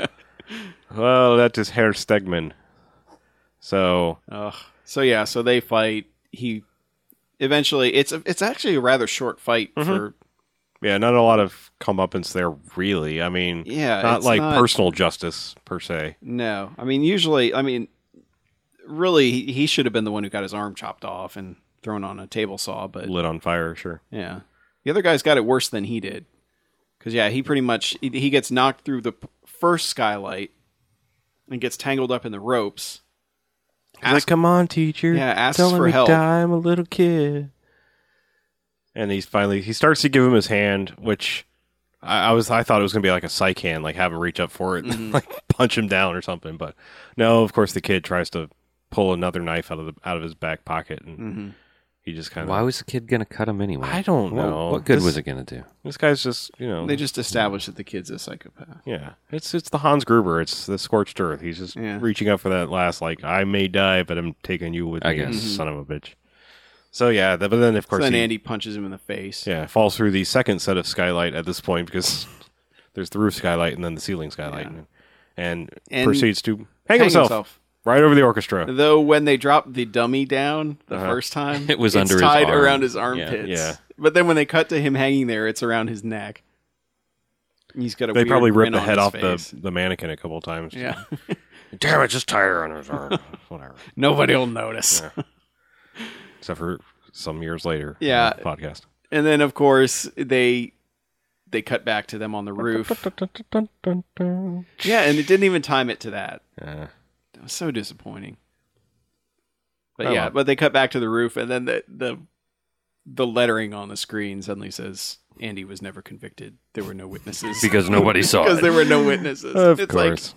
B: well, that is Herr Stegman. So
C: Ugh. So, yeah, so they fight. He eventually, it's a, it's actually a rather short fight for,
B: Yeah, not a lot of comeuppance there, really. I mean,
C: Yeah,
B: not
C: it's
B: like
C: not-
B: personal justice per se.
C: no. I mean, usually, I mean, really, he, he should have been the one who got his arm chopped off and thrown on a table saw, but.
B: Lit on fire, sure.
C: Yeah. The other guy's got it worse than he did. Cuz yeah, he pretty much he, he gets knocked through the p- first skylight and gets tangled up in the ropes. Ask-
B: come on, teacher.
C: Yeah, asks Don't let for me help. die,
B: I'm a little kid. And he's finally he starts to give him his hand, which I, I was I thought it was gonna be like a psych hand, like have him reach up for it,
C: Mm-hmm.
B: and like punch him down or something. But no, of course the kid tries to pull another knife out of the out of his back pocket, and
C: Mm-hmm.
B: he just kind of.
D: Why was the kid gonna cut him anyway?
B: I don't
D: What-
B: know.
D: What, good
B: This-
D: was it gonna do?
B: This guy's just you know
C: They just established that the kid's a psychopath.
B: Yeah, it's it's the Hans Gruber. It's the scorched earth. He's just
C: Yeah.
B: reaching up for that last, like I may die, but I'm taking you with
D: I
B: me,
D: guess.
B: son of a bitch. So yeah, th- but then of
C: So
B: course
C: then
B: he,
C: Andy punches him in the face.
B: yeah falls through the second set of skylight at this point because there's the roof skylight and then the ceiling skylight, and, and
C: And
B: proceeds to hang,
C: hang
B: himself,
C: himself.
B: right over the orchestra.
C: Though when they dropped the dummy down the
B: Uh-huh.
C: first time,
D: It was
C: it's
D: under his
C: tied
D: arm.
C: around his
D: Yeah,
C: armpits.
B: yeah.
C: But then when they cut to him hanging there, it's around his neck. He's got a
B: They
C: weird
B: probably ripped
C: grin
B: the
C: on
B: head
C: his
B: off
C: face.
B: the, the mannequin a couple times.
C: Yeah.
B: damn it, just tie her on his arm, whatever.
C: Nobody'll notice.
B: Except for some years later.
C: Yeah.
B: on the podcast.
C: and then of course they they cut back to them on the roof. yeah, and it didn't even time it to that.
B: Yeah.
C: That was so disappointing.
B: Oh,
C: But yeah,
B: well.
C: but they cut back to the roof, and then the the the lettering on the screen suddenly says Andy was never convicted. There were no witnesses
D: Because nobody saw
C: because
D: it.
C: there were no witnesses.
B: Of
C: it's like
B: course.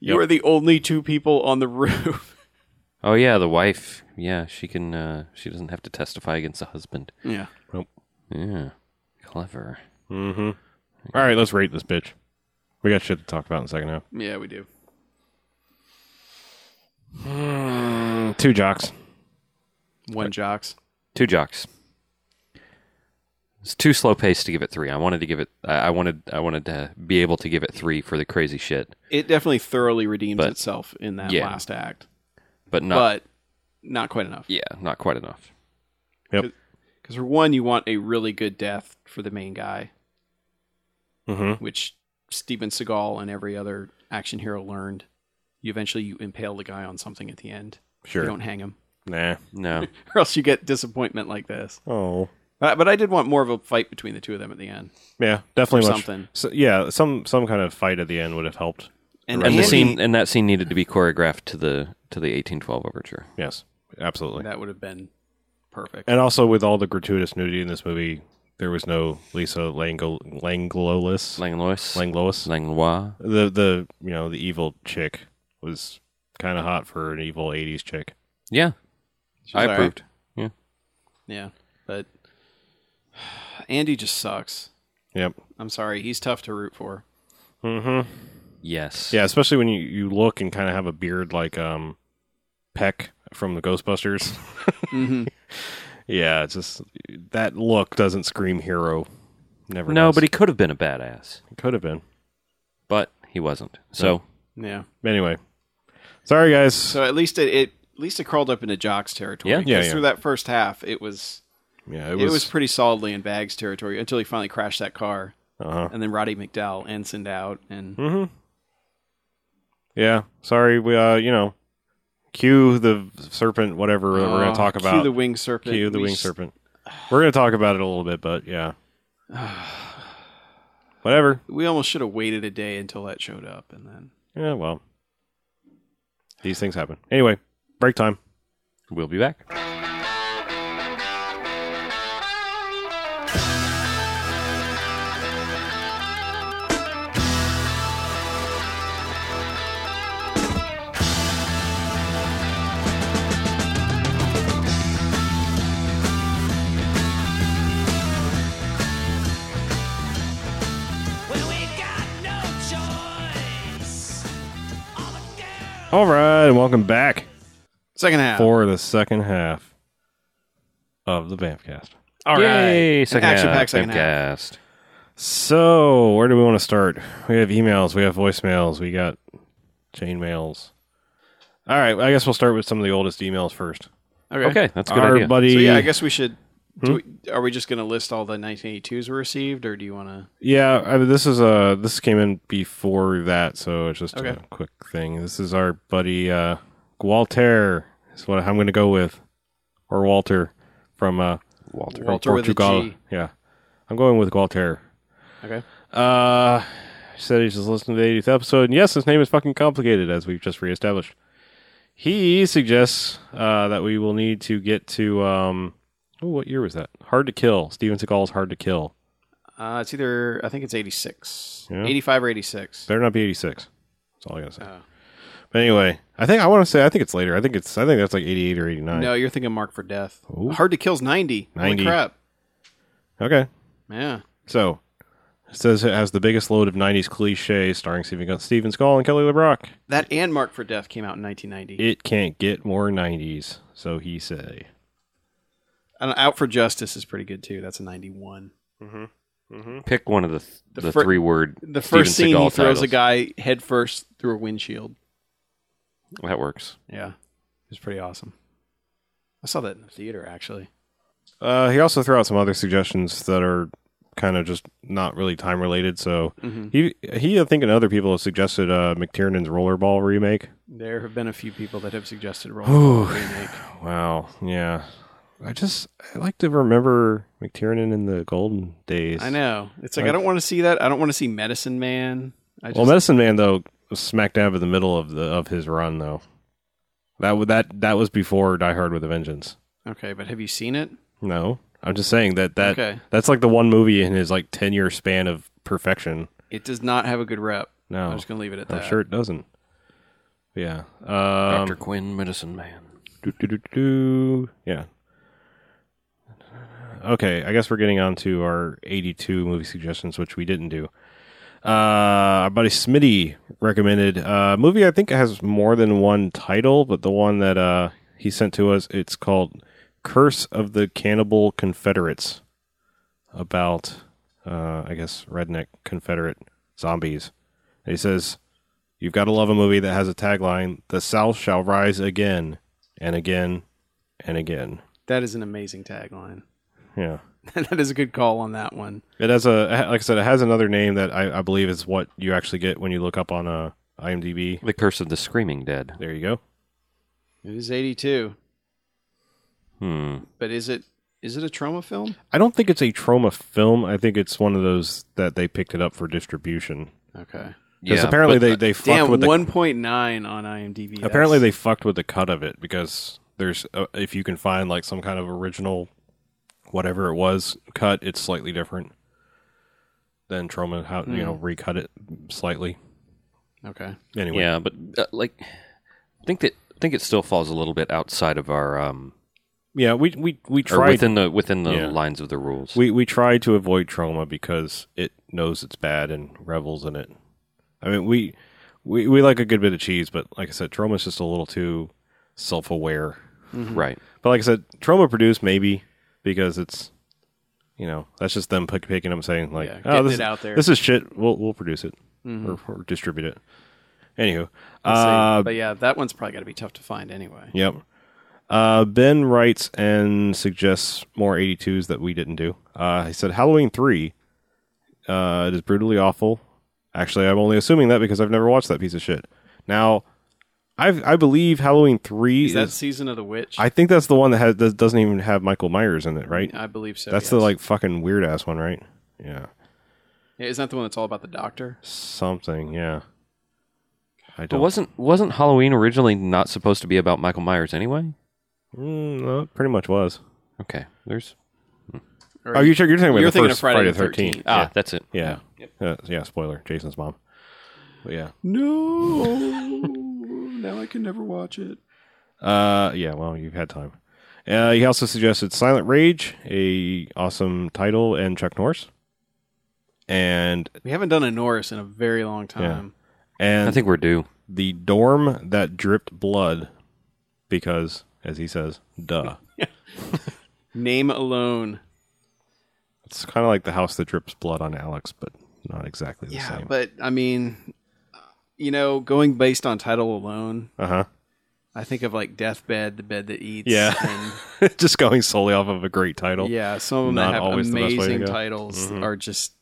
C: you are the only two people on the roof.
D: Oh yeah, the wife. Yeah, she can. Uh, she doesn't have to testify against the husband.
C: yeah,
D: Yeah, clever.
B: All right, let's rate this bitch. We got shit to talk about in the second half.
C: yeah, we do.
B: Two jocks.
C: One jocks.
D: Two jocks. It's too slow paced to give it three. I wanted to give it. I I wanted. I wanted to be able to give it three for the crazy shit,
C: It definitely thoroughly redeems
D: But-
C: itself in that
D: yeah.
C: last act,
D: but not.
C: but not quite enough.
D: yeah, not quite enough.
C: Because for one, you want a really good death for the main guy,
B: Mm-hmm.
C: which Steven Seagal and every other action hero learned. You eventually you impale the guy on something at the end.
B: Sure.
C: You don't hang him,
B: Nah.
D: No.
C: or else you get disappointment like this.
B: Oh.
C: But, but I did want more of a fight between the two of them at the end.
B: Yeah, definitely
C: Or
B: much-
C: something.
B: So, yeah, some some kind of fight at the end would have helped.
C: And,
D: and the
C: Andy-
D: scene and that scene needed to be choreographed to the to the 1812 overture.
B: Yes, absolutely.
C: that would have been perfect.
B: And also with all the gratuitous nudity in this movie, there was no Lisa Lango- Langlois.
D: Langlois,
B: Langlois.
D: Langlois.
B: The the you know the evil chick was kind of hot for an evil '80s chick.
D: Yeah,
C: She's
D: I
C: all right.
D: approved.
C: Yeah, but Andy just sucks.
B: Yep.
C: I'm sorry, he's tough to root for.
B: Mm-hmm.
D: Yes.
B: Yeah, especially when you, you look and kind of have a beard like um, Peck from the Ghostbusters.
C: Mhm.
B: yeah, it's just that look doesn't scream hero. Never.
D: No,
B: does.
D: but he could have been a badass,
B: could have been.
D: but he wasn't. So
C: Yeah.
B: Anyway, sorry guys.
C: So at least it, it at least it crawled up into Jock's territory.
D: Yeah.
B: Yeah,
C: Because
B: yeah.
C: Through that first half, it was
B: yeah,
C: it was, pretty solidly in Bags territory until he finally crashed that car,
B: uh-huh. Hmm.
C: and then Roddy McDowell ensigned out, and
B: Yeah, sorry. We uh, you know, cue the serpent. Whatever that we're
C: Oh,
B: gonna talk
C: cue
B: about.
C: the winged serpent.
B: Cue the
C: We
B: winged
C: s-
B: serpent. We're gonna talk about it a little bit, but yeah. Whatever.
C: We almost should have waited a day until that showed up, and then
B: Yeah. Well, these things happen. Anyway, break time.
D: we'll be back.
F: Well, we got no choice. All the girls.
B: All right, and welcome back
C: second half.
B: for the second half of the Bamfcast.
C: All
D: Yay!
C: right.
D: Second
C: action
D: half,
C: pack second half.
D: cast.
B: So, where do we want to start? We have emails, we have voicemails, we got chain mails. All right, I guess we'll start with some of the oldest emails first.
D: Okay, that's a good
B: Our
D: idea.
B: buddy,
C: So yeah, I guess we should. Do
B: Hmm?
C: we, are we just going to list all the 1982s we received, or do you want to?
B: yeah, I mean, this is uh this came in before that, so it's just
C: Okay.
B: a quick thing. This is our buddy uh Gualter is what I'm going to go with, or Walter from uh
D: Walter.
B: from
C: Walter with a
B: Portugal.
C: G.
B: Yeah, I'm going with Gualter.
C: Okay.
B: Uh, he said he's just listening to the 80th episode, and yes, his name is fucking complicated, as we've just reestablished. He suggests uh, that we will need to get to um, ooh, what year was that? Hard to Kill. Steven Seagal's Hard to Kill.
C: Uh, it's either I think it's 86,
B: Yeah.
C: 85 or 86.
B: Better not be 86. That's all I gotta say.
C: Oh.
B: But anyway, I think I want to say I think it's later. I think it's I think that's like 88 or 89.
C: No, you're thinking Mark for Death.
B: Ooh.
C: Hard to Kill's 90.
B: 90.
C: Holy crap!
B: Okay,
C: Yeah.
B: so it says it has the biggest load of 90s cliche, starring Steven Steven Seagal and Kelly LeBrock.
C: That and Mark for Death came out in 1990.
B: It can't get more 90s, so he say.
C: And Out for Justice is pretty good too. That's a 91.
D: Pick one of the th- the,
C: The fir-
D: three word.
C: The first
D: Steven
C: scene
D: Seagal
C: he throws
D: titles.
C: a guy headfirst through a windshield.
D: That works.
C: Yeah, it's pretty awesome. I saw that in the theater actually.
B: Uh, he also threw out some other suggestions that are kind of just not really time related. So
C: Mm-hmm.
B: he he I think and other people have suggested uh, McTiernan's Rollerball remake.
C: There have been a few people that have suggested Rollerball remake.
B: Wow, yeah. I just I like to remember McTiernan in the golden days.
C: I know. It's like I don't want to see that. I don't want to see Medicine Man. I just,
B: Well, Medicine Man though was smack dab in the middle of the of his run though. That wa- that that was before Die Hard with a Vengeance.
C: okay, but have you seen it?
B: No, I'm just saying that that
C: Okay.
B: that's like the one movie in his like ten year span of perfection.
C: It does not have a good rep.
B: No.
C: I'm just gonna leave it at
B: I'm
C: that.
B: sure it doesn't. Yeah. Um,
D: Doctor Quinn, Medicine Man.
B: do, do, do, do. Yeah. Okay, I guess we're getting on to our 82 movie suggestions, which we didn't do. Uh, our buddy Smitty recommended uh, a movie I think has more than one title, but the one that uh, he sent to us, it's called Curse of the Cannibal Confederates, about, uh, I guess, redneck Confederate zombies. And he says, You've got to love a movie that has a tagline, The South Shall Rise Again, and again, and again.
C: That is an amazing tagline.
B: Yeah.
C: that is a good call on that one.
B: It has a, like I said, it has another name that I, I believe is what you actually get when you look up on uh, IMDb.
D: The Curse of the Screaming Dead.
B: There you go.
C: It is 82,
D: Hmm.
C: but is it Is it a trauma film?
B: I don't think it's a trauma film. I think it's one of those that they picked it up for distribution.
C: Okay.
B: Because
D: Yeah,
B: apparently
D: but- uh,
B: they they fucked
C: Damn,
B: with the,
C: one point nine on IMDb. That's-
B: apparently they fucked with the cut of it because there's uh, if you can find like some kind of original whatever it was cut, it's slightly different than trauma. How you
D: Hmm.
B: know recut it slightly
C: okay.
B: anyway.
D: Yeah, but uh, like, I think that I think it still falls a little bit outside of our um
B: Yeah, we we we
D: or
B: tried
D: within the within the
B: Yeah.
D: lines of the rules.
B: we we tried to avoid trauma because it knows it's bad and revels in it. I mean, we we we like a good bit of cheese, but like I said, trauma's just a little too self-aware.
D: Mm-hmm. Right.
B: But like I said, trauma produced maybe because it's you know that's just them pick, picking up and saying like
C: Yeah,
B: oh
C: getting
B: this
C: it
B: is-
C: out there. Mm-hmm.
B: this is shit we'll we'll produce it or, or distribute it. Anywho,
C: Let's see.
B: uh,
C: but yeah, that one's probably got to be tough to find anyway.
B: yep. Uh, ben writes and suggests more 82s that we didn't do. Uh, he said Halloween three. Uh, it is brutally awful. Actually, I'm only assuming that because I've never watched that piece of shit. Now, I I believe Halloween three
C: Is that season of the witch?
B: I think that's the one that has that doesn't even have Michael Myers in it, right?
C: I believe so.
B: that's
C: yes.
B: the like fucking weird ass one, right? Yeah,
C: Yeah, Isn't that the one that's all about the doctor?
B: something. Yeah, I
D: But
B: don't.
D: wasn't wasn't Halloween originally not supposed to be about Michael Myers anyway?
B: Mm, no, it pretty much was.
D: Okay. There's
C: Or-
B: Oh, you you're talking about
C: You're
B: the
C: thinking
B: first
C: of Friday the
B: 13th.
C: 13th.
D: ah, that's it.
B: Yeah, yeah. Uh, yeah. Spoiler: Jason's mom. But yeah,
C: no. now I can never watch it.
B: uh, yeah. Well, you've had time. Uh, he also suggested Silent Rage, a awesome title, and Chuck Norris. And
C: We haven't done a Norris in a very long time.
B: and
D: I think we're due.
B: the dorm that dripped blood, because as he says, duh.
C: Name alone.
B: It's kind of like the house that drips blood on Alex, but not exactly the
C: Yeah,
B: same.
C: but I mean, you know, going based on title alone,
B: uh huh.
C: I think of like Deathbed, The Bed That Eats.
B: Yeah.
C: and-
B: Just going solely off of a great title.
C: yeah, some of them
B: Not
C: that have
B: always the best way to
C: amazing
B: go. Mm-hmm.
C: titles are just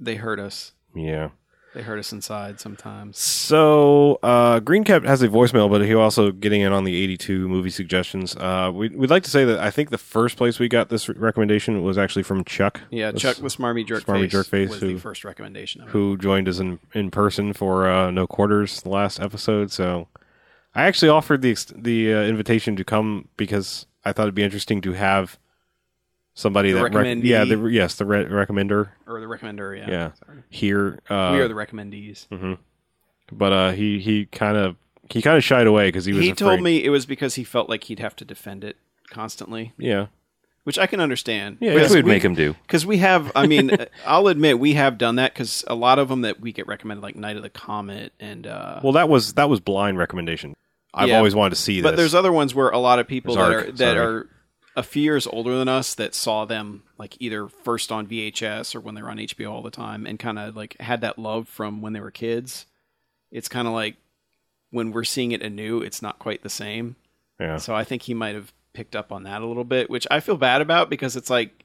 C: they hurt us.
B: Yeah.
C: They hurt us inside sometimes.
B: So uh, Green Cap has a voicemail, but he also getting in on the 82 movie suggestions. Uh, we, we'd like to say that I think the first place we got this re- recommendation was actually from Chuck.
C: Yeah,
B: This-
C: Chuck the Smarmy Jerkface,
B: Smarmy Jerkface,
C: was
B: who-
C: the first recommendation of it.
B: who joined us in, in person for uh, No Quarters the last episode. So I actually offered the ex- the uh, invitation to come because I thought it'd be interesting to have somebody
C: The
B: that rec-
C: recommendee.
B: yeah the, yes the re- recommender
C: or the recommender. Yeah,
B: yeah here uh,
C: we are the recommendees.
B: but uh, he he kind of he kind of shied away because he was
C: he told
B: afraid.
C: me it was because he felt like he'd have to defend it constantly,
B: yeah
C: which I can understand.
B: Yeah,
D: Which
B: yeah.
D: would make him do.
C: Because we have, I mean, uh, I'll admit we have done that because a lot of them that we get recommended, like Night of the Comet, and uh,
B: well that was that was blind recommendation. I've
C: Yeah.
B: always wanted to see
C: but
B: this.
C: there's other ones where a lot of people
B: There's
C: that
B: Arc,
C: are that
B: sorry.
C: are a few years older than us that saw them like either first on VHS or when they were on HBO all the time and kind of like had that love from when they were kids. It's kind of like when we're seeing it anew, it's not quite the same.
B: yeah.
C: So I think he might have picked up on that a little bit, which I feel bad about because it's like,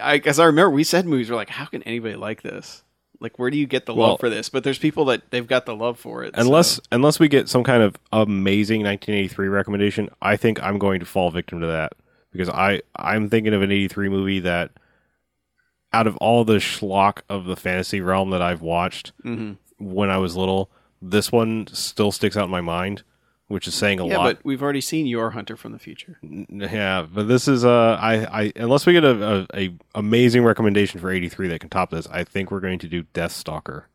C: I as I remember we said movies were like, how can anybody like this? Like, where do you get the
B: Well-
C: love for this? But there's people that they've got the love for it. so-
B: Unless unless we get some kind of amazing 1983 recommendation, I think I'm going to fall victim to that because I I'm thinking of an 83 movie that out of all the schlock of the fantasy realm that I've watched
C: Mm-hmm.
B: when I was little, this one still sticks out in my mind, which is saying a
C: yeah,
B: lot.
C: but we've already seen your Hunter from the Future.
B: N- yeah, but this is uh I I unless we get a, a, a amazing recommendation for 83 that can top this, I think we're going to do Death Stalker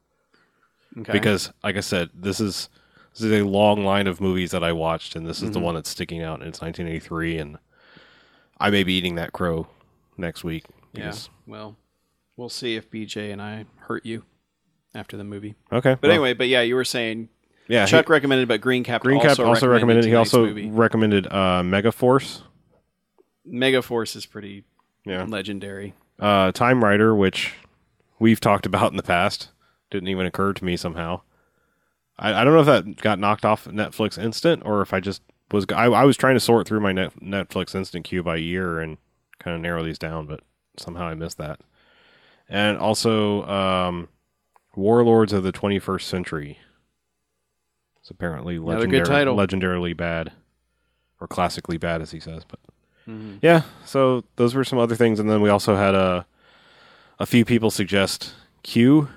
C: Okay.
B: because like i said this is this is a long line of movies that i watched and this is the
C: Mm-hmm.
B: one that's sticking out and it's 1983 and i may be eating that crow next week
C: yeah,
B: because-
C: well, we'll see if BJ and I hurt you after the movie.
B: okay
C: But
B: well,
C: anyway, but yeah, you were saying
B: yeah
C: Chuck
B: he,
C: recommended, but Green Cap
B: green
C: also
B: cap also recommended he
C: tonight's
B: also
C: movie.
B: recommended uh mega force
C: Megaforce is pretty
B: yeah
C: legendary.
B: uh time rider which we've talked about in the past didn't even occur to me somehow i, I don't know if that got knocked off netflix instant or if i just was I, I was trying to sort through my Net, netflix instant queue by year and kind of narrow these down but somehow i missed that and also um warlords of the 21st century it's apparently
C: Another
B: legendary,
C: good title.
B: legendarily bad or classically bad as he says but yeah, so those were some other things, and then we also had a a few people suggest Q.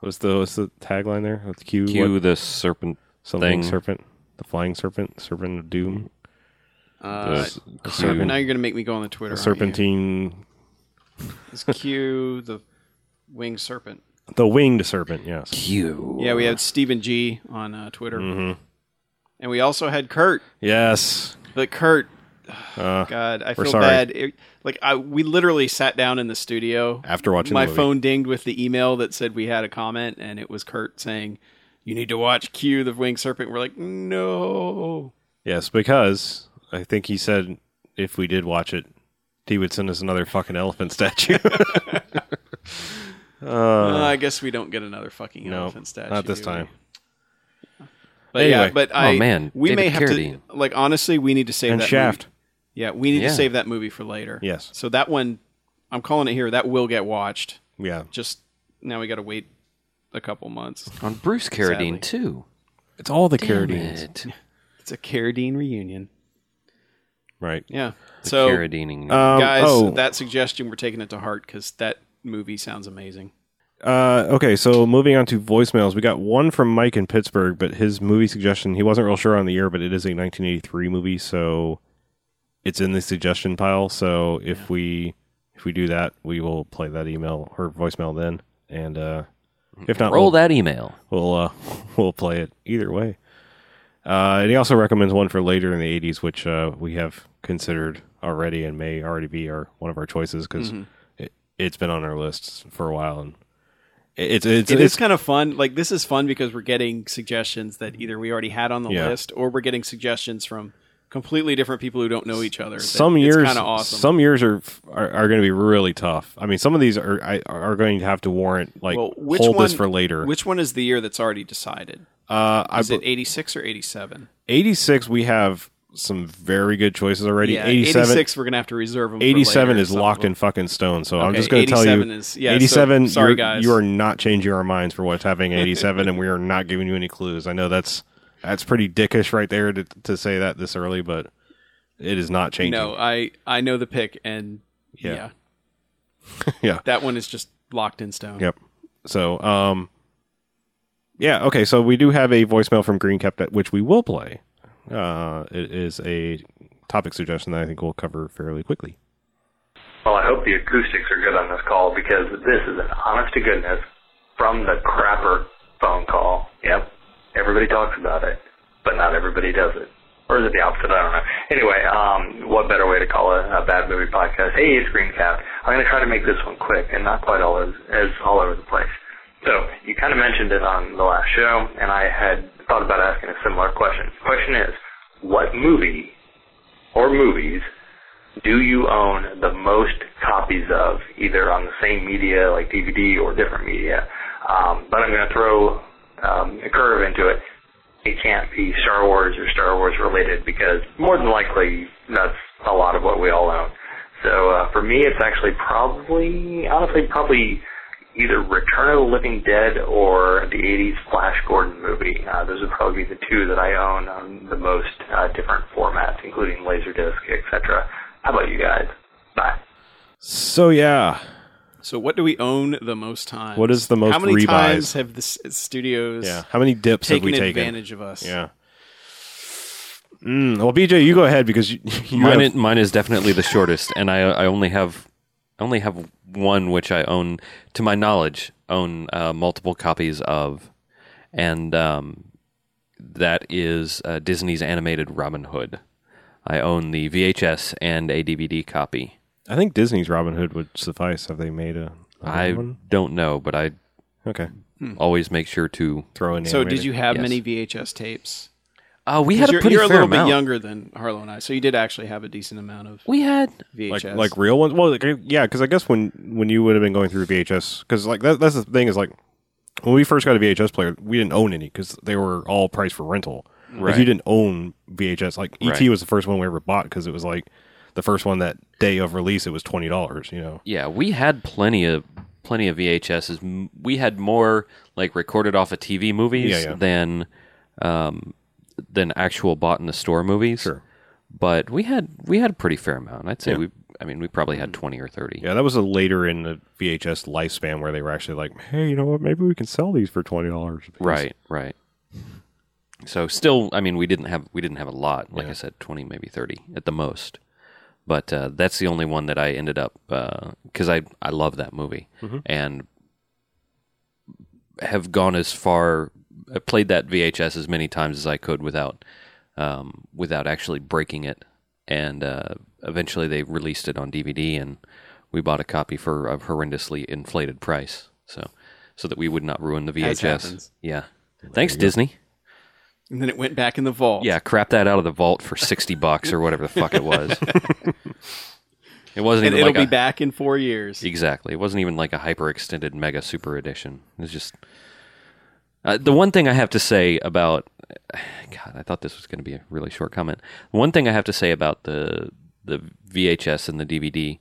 B: What's the what's the tagline there? What's Q?
D: Cue
B: what-
D: the serpent
B: something
D: thing.
B: serpent, the flying serpent, serpent of doom,
C: Uh,
D: The-
C: Q-
D: serpent-
C: now you're gonna make me go on the
B: the
C: Twitter. aren't
B: serpentine,
C: you? It's Q the winged serpent.
B: the winged serpent. Yes,
A: You.
C: Yeah, we had Stephen G on uh, Twitter,
B: Mm-hmm.
C: and we also had Kurt.
B: yes.
C: But Kurt,
B: Uh,
C: God, I
B: We're
C: feel
B: sorry.
C: bad. It- like I, we literally sat down in the studio
B: After watching the
C: My
B: movie.
C: phone dinged with the email that said we had a comment, and it was Kurt saying, "You need to watch Q the Winged Serpent." We're like, no.
B: Yes, because I think he said if we did watch it, he would send us another fucking elephant statue.
C: Uh, I guess we don't get another fucking
B: no,
C: elephant statue.
B: not this
C: do we?
B: time.
C: But yeah,
B: Anyway.
C: but
D: Oh,
C: I
D: man,
C: we
D: David
C: may have
D: Carradine.
C: to like honestly, we need to save
B: And
C: that
B: Shaft.
C: movie. Yeah, we need
D: Yeah.
C: to save that movie for later.
B: Yes.
C: So that one, I'm calling it here. That will get watched.
B: Yeah,
C: Just now, we got to wait a couple months.
D: on Bruce Carradine
C: Sadly.
D: too.
B: it's all the
D: Damn
B: Carradines,
D: it.
C: It's a Carradine reunion.
B: right?
C: Yeah.
D: The
C: so
D: Carradine.
B: Um,
C: guys,
B: oh,
C: that suggestion we're taking it to heart because that movie sounds amazing.
B: uh, okay. So moving on to voicemails, we got one from Mike in Pittsburgh, but his movie suggestion he wasn't real sure on the year, but it is a 1983 movie, so it's in the suggestion pile. So if we if we do that, we will play that email or voicemail then, and uh, if not,
D: Roll
B: we'll-
D: that email.
B: we'll uh, we'll play it either way. Uh, and he also recommends one for later in the '80s, which uh, we have considered already and may already be our one of our choices because
C: Mm-hmm.
B: it, it's been on our list for a while, and it- it's it's,
C: It
B: it's
C: is kind of fun. Like this is fun because we're getting suggestions that either we already had on the
B: Yeah.
C: list or we're getting suggestions from completely different people who don't know each other. that
B: some
C: it's
B: years
C: kind of awesome.
B: some years are are, are going to be really tough. I mean, some of these are I- are going to have to warrant like
C: well, which
B: hold
C: one
B: this for later.
C: Which one is the year that's already decided?
B: uh, I,
C: Is it
B: bel-
C: 86 or 87?
B: 86 we have some very good choices already.
C: Yeah,
B: 87
C: 86 we're going to have to reserve them.
B: 87 is locked in fucking stone. So I'm
C: Okay,
B: just going to tell you,
C: 87 is- yeah, so-
B: 87.
C: sorry,
B: you're,
C: guys.
B: you are not changing our minds for what's happening in 87, and we are not giving you any clues. I know that's that's pretty dickish right there to, to say that this early, but it is not changing.
C: No, I I know the pick and
B: Yeah.
C: yeah.
B: Yeah.
C: That one is just locked in stone.
B: Yep. So, um, yeah, okay. So we do have a voicemail from Green Cap that which we will play. Uh, it is a topic suggestion that I think we'll cover fairly quickly.
G: Well, I hope the acoustics are good on this call because this is an honest to goodness from the crapper phone call. Yep. Everybody talks about it, but not everybody does it. Or is it the opposite? I don't know. Anyway, um, what better way to call a, a bad movie podcast? Hey, it's Greencap. I'm going to try to make this one quick and not quite all as, as all over the place. So you kind of mentioned it on the last show, and I had thought about asking a similar question. The question is, what movie or movies do you own the most copies of, either on the same media like DVD or different media? Um, but I'm going to throw um, a curve into it. It can't be Star Wars or Star Wars related because more than likely that's a lot of what we all own. So uh, for me, it's actually probably, honestly, probably either Return of the Living Dead or the 80s Flash Gordon movie. Uh, those would probably be the two that I own on the most uh, different formats, including Laserdisc, etc. How about you guys? Bye.
B: So, yeah.
C: So what do we own the most times?
B: What is the most
C: How many
B: rebuys?
C: times have the s- studios
B: Yeah. How many dips have
C: taken
B: we taken?
C: advantage of us?
B: Yeah. Mm, well, BJ, you go ahead because you, you
D: mine,
B: have-
D: is, mine is definitely the shortest, and I I only have I only have one which I own, to my knowledge, own uh, multiple copies of, and um, that is uh, Disney's animated Robin Hood. I own the VHS and a DVD copy.
B: I think Disney's Robin Hood would suffice. Have they made a? another
D: I
B: one?
D: don't know, but I
B: okay.
D: always make sure to.
B: Throw in. the
C: So
B: animated.
C: did you have
D: Yes.
C: many VHS tapes?
D: Uh, we had a
C: you're,
D: pretty
C: you're a
D: fair
C: little
D: amount.
C: bit younger than Harlow and I, so you did actually have a decent amount of
D: We had
B: like
C: VHS.
B: like real ones? Well, like, yeah, because I guess when when you would have been going through VHS, because like that, that's the thing is like when we first got a VHS player, we didn't own any because they were all priced for rental. Like you
D: Right.
B: didn't own VHS. Like ET
D: Right.
B: was the first one we ever bought because it was like the first one that day of release. It was twenty dollars. You know.
D: Yeah, we had plenty of plenty of VHSs. M- We had more like recorded off of TV movies
B: Yeah, yeah.
D: than um, than actual bought in the store movies.
B: Sure.
D: but we had we had a pretty fair amount. I'd say we. I mean, we probably had twenty or thirty.
B: Yeah, that was a later in the VHS lifespan where they were actually like, hey, you know what? Maybe we can sell these for twenty dollars.
D: Right, right. So still, I mean, we didn't have we didn't have a lot. Like I said, twenty, maybe thirty at the most. But uh, that's the only one that I ended up because I I love that movie
C: Mm-hmm.
D: and have gone as far. I played that VHS as many times as I could without um, without actually breaking it. And uh, eventually, they released it on DVD, and we bought a copy for a horrendously inflated price. So so that we would not ruin the
C: As
D: VHS.
C: happens.
D: Yeah. Thanks, Disney.
C: And then it went back in the vault.
D: Yeah, crap that out of the vault for sixty bucks or whatever the fuck it was. it wasn't
C: And
D: even
C: it'll
D: like
C: be
D: a,
C: back in four years.
D: exactly. It wasn't even like a hyper extended mega super edition. It was just uh, the one thing I have to say about God. I thought this was going to be a really short comment. One thing I have to say about the the VHS and the DVD.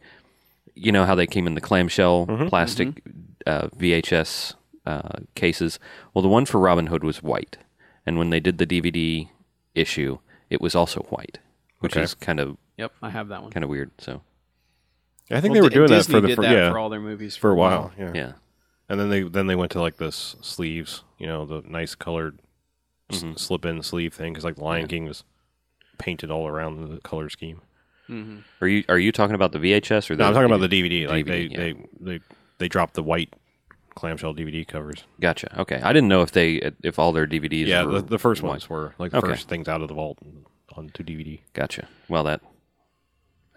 D: You know how they came in the clamshell
B: Mm-hmm,
D: plastic Uh, VHS uh, cases. Well, the one for Robin Hood was white, and when they did the DVD issue, it was also white, which is kind of
C: Yep, I have that one.
D: kind of weird. So
B: I think
C: Well,
B: they were
C: D-
B: doing
C: Disney
B: that for the
C: did
B: for,
C: that
B: yeah,
C: for all their movies
B: for a while. Yeah.
D: yeah.
B: and then they then they went to like the s- sleeves, you know, the nice colored
C: Mm-hmm.
B: slip in sleeve thing because like the Lion King was painted all around the color scheme.
D: Are you are you talking about the VHS or the
B: No, I'm talking about the DVD. Like
D: DVD,
B: they, they they they dropped the white clamshell DVD covers.
D: Gotcha. Okay, I didn't know if they if all their DVDs.
B: yeah,
D: were
B: the, the first
D: white.
B: ones were like the
D: Okay.
B: first things out of the vault and onto DVD.
D: Gotcha. Well, that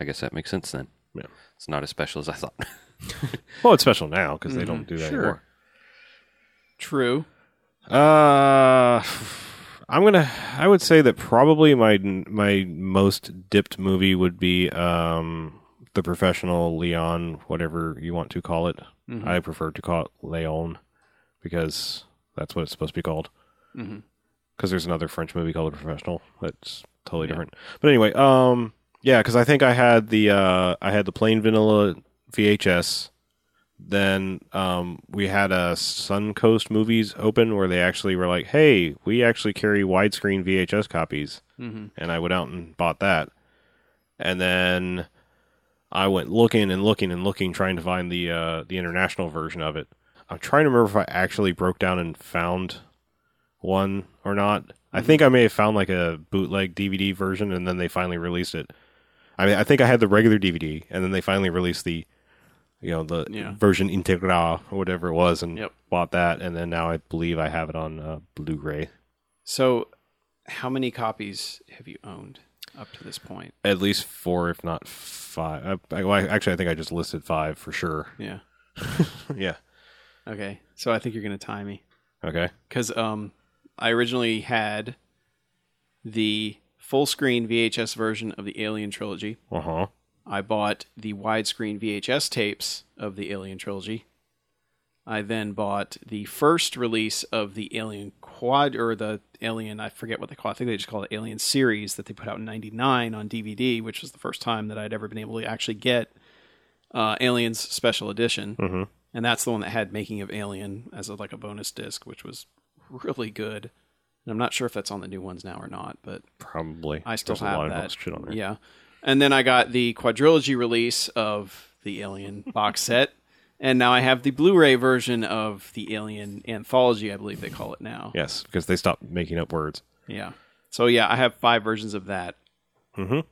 D: I guess that makes sense then.
B: Yeah.
D: It's not as special as I thought.
B: Well, it's special now because
C: Mm-hmm.
B: they don't do that. Anymore.
C: True.
B: Uh, I'm gonna. I would say that probably my my most dipped movie would be um the professional Leon, whatever you want to call it. I prefer to call it Leon because that's what it's supposed to be called. Because there's another French movie called The Professional that's totally different. But anyway, um, yeah, because I think I had the uh I had the plain vanilla VHS then um, we had a Suncoast Movies open where they actually were like, "Hey, we actually carry widescreen VHS copies," mm-hmm. and I went out and bought that. And then I went looking and looking and looking, trying to find the uh, the international version of it. I'm trying to remember if I actually broke down and found one or not. I think I may have found like a bootleg DVD version, and then they finally released it. I mean, I think I had the regular DVD, and then they finally released the you know the
C: Yeah.
B: version Integra or whatever it was, and
C: Yep.
B: bought that. And then now I believe I have it on uh, Blu-ray.
C: So, how many copies have you owned up to this point?
B: At least four, if not five. I, I, well, I- actually, I think I just listed five for sure.
C: Yeah.
B: yeah.
C: Okay. So I think you're gonna tie me
B: Okay.
C: because um, I originally had the full screen VHS version of the Alien trilogy.
B: Uh huh.
C: I bought the widescreen VHS tapes of the Alien trilogy. I then bought the first release of the Alien Quad or the Alien, I forget what they call it. I think they just call it Alien series that they put out in 99 on DVD, which was the first time that I'd ever been able to actually get uh, Aliens special edition. Mm-hmm. And that's the one that had Making of Alien as a, like a bonus disc, which was really good. And I'm not sure if that's on the new ones now or not, but
B: Probably.
C: I still
B: There's a
C: have
B: lot
C: that.
B: Of shit on there.
C: Yeah, and then I got the quadrilogy release of the Alien box set, and now I have the Blu-ray version of the Alien anthology. I believe they call it now.
B: Yes, because they stopped making up words.
C: Yeah. So yeah, I have five versions of that.
B: Yeah,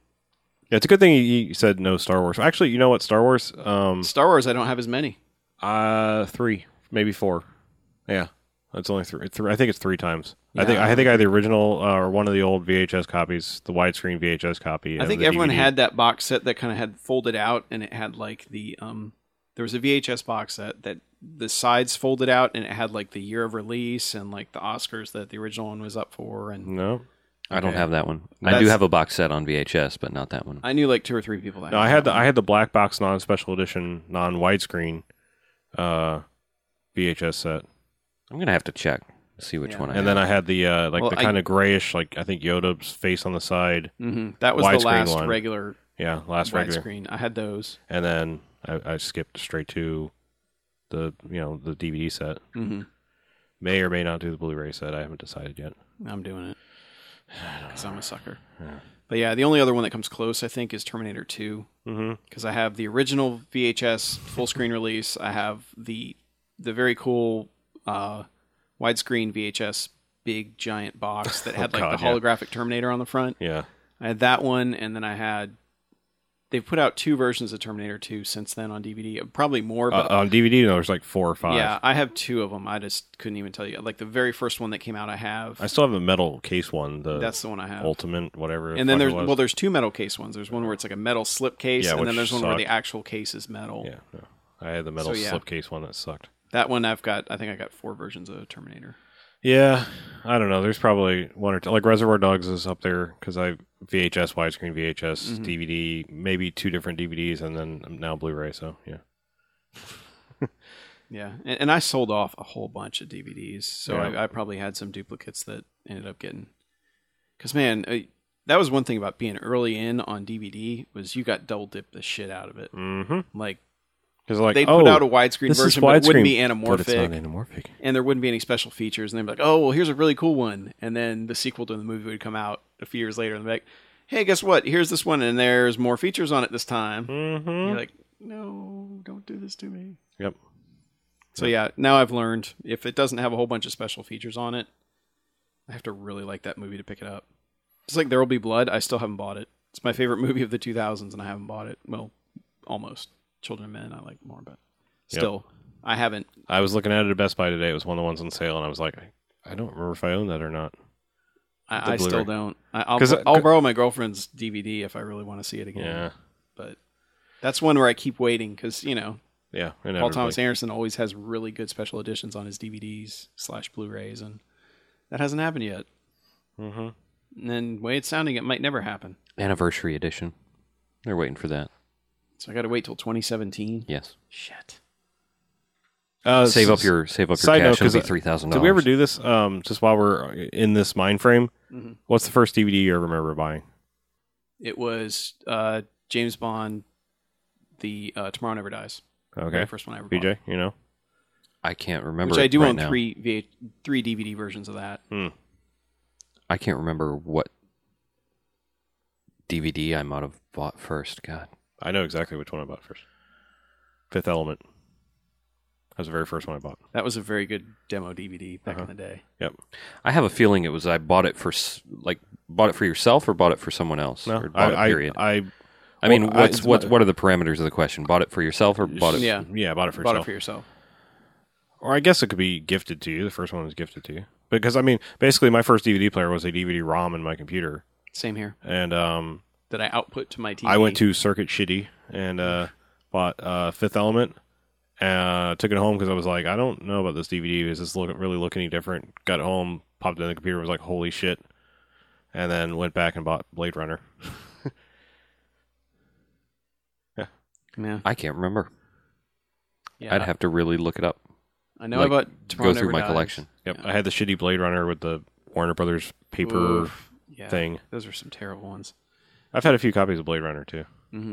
B: it's a good thing you- you said no Star Wars. Actually, you know what? Star Wars. Um.
C: Star Wars, I don't have as many.
B: Uh, three, maybe four. Yeah, it's only three. three I think it's three times. I think I think I had the original uh, or one of the old VHS copies, the widescreen VHS copy.
C: I
B: of
C: think
B: the
C: everyone
B: DVD.
C: had that box set that kind of had folded out, and it had like the um, there was a VHS box set that the sides folded out, and it had like the year of release and like the Oscars that the original one was up for, and
B: no.
D: I don't have that one. I do
C: That's-
D: have a box set on VHS, but not that one.
C: I knew like two or three people that.
B: No, I had the I had the black box non special edition non widescreen uh VHS set,
D: I'm gonna have to check see which one I
B: and
D: have.
B: then I had the uh like
C: Well,
B: the
C: I-
B: kind of grayish like I think Yoda's face on the side.
C: hmm That was the
B: Widescreen
C: last
B: one.
C: regular
B: Yeah, last regular.
C: widescreen. I had those.
B: and then I, I skipped straight to the you know the DVD set.
C: Mhm.
B: May or may not do the Blu-ray set. I haven't decided yet.
C: I'm doing it. because I'm a sucker. But yeah, the only other one that comes close, I think, is Terminator 2.
B: Mm-hmm.
C: Because I have the original VHS full screen release. I have the the very cool uh, widescreen VHS big giant box that had like
B: Oh, God,
C: the
B: yeah.
C: holographic Terminator on the front.
B: Yeah.
C: I had that one, and then I had. They've put out two versions of Terminator 2 since then on DVD. Probably more,
B: Uh,
C: but
B: on DVD, no, there's like four or five.
C: yeah, I have two of them. I just couldn't even tell you. Like the very first one that came out, I have.
B: I still have a metal case one. The
C: that's the one I have.
B: ultimate whatever.
C: and then
B: the
C: there's
B: fuck it
C: well,
B: was.
C: there's two metal case ones. There's one where it's like a metal slip case,
B: Yeah,
C: and then
B: which
C: there's one where the
B: sucked.
C: actual case is metal.
B: yeah, yeah. I had the metal
C: So, yeah.
B: slipcase one that sucked.
C: That one I've got. I think I got four versions of Terminator.
B: Yeah, I don't know. There's probably one or two. Like Reservoir Dogs is up there because I VHS widescreen VHS
C: Mm-hmm.
B: DVD, maybe two different DVDs, and then um, now Blu-ray. So yeah,
C: Yeah, and, and I sold off a whole bunch of DVDs, so
B: Yeah.
C: I, I probably had some duplicates that ended up getting. Because man, I, that was one thing about being early in on DVD was you got double dipped the shit out of it.
B: Mhm.
C: Like
B: because like
C: they
B: oh,
C: put out a widescreen
B: this is
C: version, but it wouldn't be
B: widescreen, but it's
C: anamorphic.
B: not anamorphic.
C: and there wouldn't be any special features. And they'd be like, oh, well, here's a really cool one. And then the sequel to the movie would come out a few years later and they'd be like, hey, guess what? Here's this one, and there's more features on it this time.
B: Mm-hmm.
C: You're like, no, don't do this to me.
B: Yep.
C: So, yeah, now I've learned if it doesn't have a whole bunch of special features on it, I have to really like that movie to pick it up. It's like There Will Be Blood. I still haven't bought it. It's my favorite movie of the 2000s, and I haven't bought it. Well, almost. Children of Men, I like more, but
B: Yep.
C: still, I haven't.
B: I was looking at it at Best Buy today. It was one of the ones on sale, and I was like, I, I don't remember if I own that or not. The
C: I, I still
B: Blu-ray.
C: don't. I, I'll,
B: 'Cause, uh,
C: I'll
B: c-
C: borrow my girlfriend's DVD if I really want to see it again.
B: Yeah,
C: But that's one where I keep waiting because, you know,
B: yeah.
C: Paul Thomas Anderson always has really good special editions on his DVDs slash Blu-rays, and that hasn't happened yet.
B: Mm-hmm.
C: And then the way it's sounding, it might never happen.
D: Anniversary edition. They're waiting for that.
C: So I got to wait till 2017.
D: Yes.
C: Shit.
B: Uh,
D: Save
B: s-
D: up your save up your
B: Side note,
D: cash.
B: 'cause,
D: It'll
B: uh,
D: be three thousand
B: Did
D: dollars.
B: we ever do this? Um, just while we're in this mind frame,
C: Mm-hmm.
B: what's the first DVD you ever remember buying?
C: It was uh, James Bond, the uh, Tomorrow Never Dies.
B: Okay,
C: The first one I ever bought.
B: BJ, you know.
D: I can't remember.
C: Which I
D: it
C: do
D: right
C: own
D: now.
C: three v- three DVD versions of that.
D: I can't remember what DVD I might have bought first. God,
B: I know exactly which one I bought first. Fifth Element. That was the very first one I bought.
C: That was a very good demo DVD back in the day.
B: Yep.
D: I have a feeling it was I bought it for s- like bought it for yourself or bought it for someone else.
B: No,
D: or bought
B: I,
D: it,
B: I,
D: period. I,
B: I,
D: mean,
B: well, I-
D: what's what? What are the parameters of the question? Bought it for yourself or bought it?
C: Yeah,
B: yeah, I bought it for
C: bought
B: yourself.
C: it for yourself.
B: Or I guess it could be gifted to you. The first one was gifted to you because I mean, basically, my first DVD player was a DVD ROM in my computer,
C: Same here.
B: and um,
C: That I output to my TV.
B: I went to Circuit Shitty and uh, bought uh, Fifth Element. Uh, took it home because I was like, I don't know about this DVD. Is this look, really look any different? Got it home, popped it in the computer, was like, holy shit. And then went back and bought Blade Runner.
C: Yeah,
D: I can't remember.
C: yeah.
D: I'd have to really look it up.
C: I know
D: like,
C: about Tomorrow
D: go through
C: Never
D: my
C: Dies.
D: collection.
B: Yep. I had the shitty Blade Runner with the Warner Brothers paper
C: Oof. Yeah,
B: thing.
C: Those are some terrible ones.
B: I've had a few copies of Blade Runner too.
C: Yeah,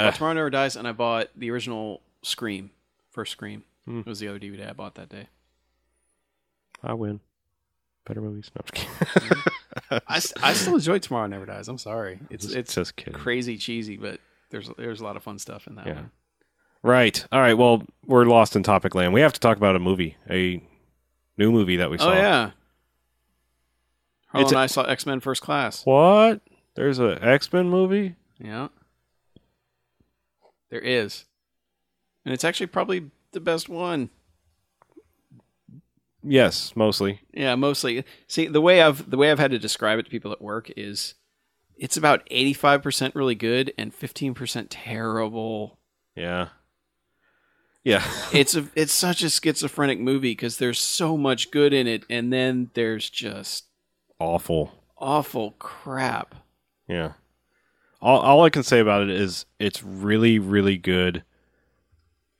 C: I bought Tomorrow Never Dies, and I bought the original Scream, first Scream.
B: Hmm.
C: It was the other DVD I bought that day.
B: I win. Better movies. No, I'm just kidding.
C: I, s- I still enjoy Tomorrow Never Dies. I'm sorry, it's it's
B: just kidding.
C: crazy cheesy, but there's there's a lot of fun stuff in that
B: Yeah.
C: one.
B: Right. All right. Well, we're lost in topic land. We have to talk about a movie, a new movie that we saw.
C: Oh yeah, Harlan
B: It's a-
C: and I saw X Men First Class.
B: What? There's a X Men movie?
C: Yeah, there is, and it's actually probably the best one.
B: Yes, mostly.
C: Yeah, mostly. See, the way I've the way I've had to describe it to people at work is it's about 85% really good and 15% terrible.
B: Yeah. Yeah.
C: It's a it's such a schizophrenic movie cuz there's so much good in it and then there's just
B: Awful.
C: awful crap.
B: Yeah. All, all I can say about it is it's really, really good.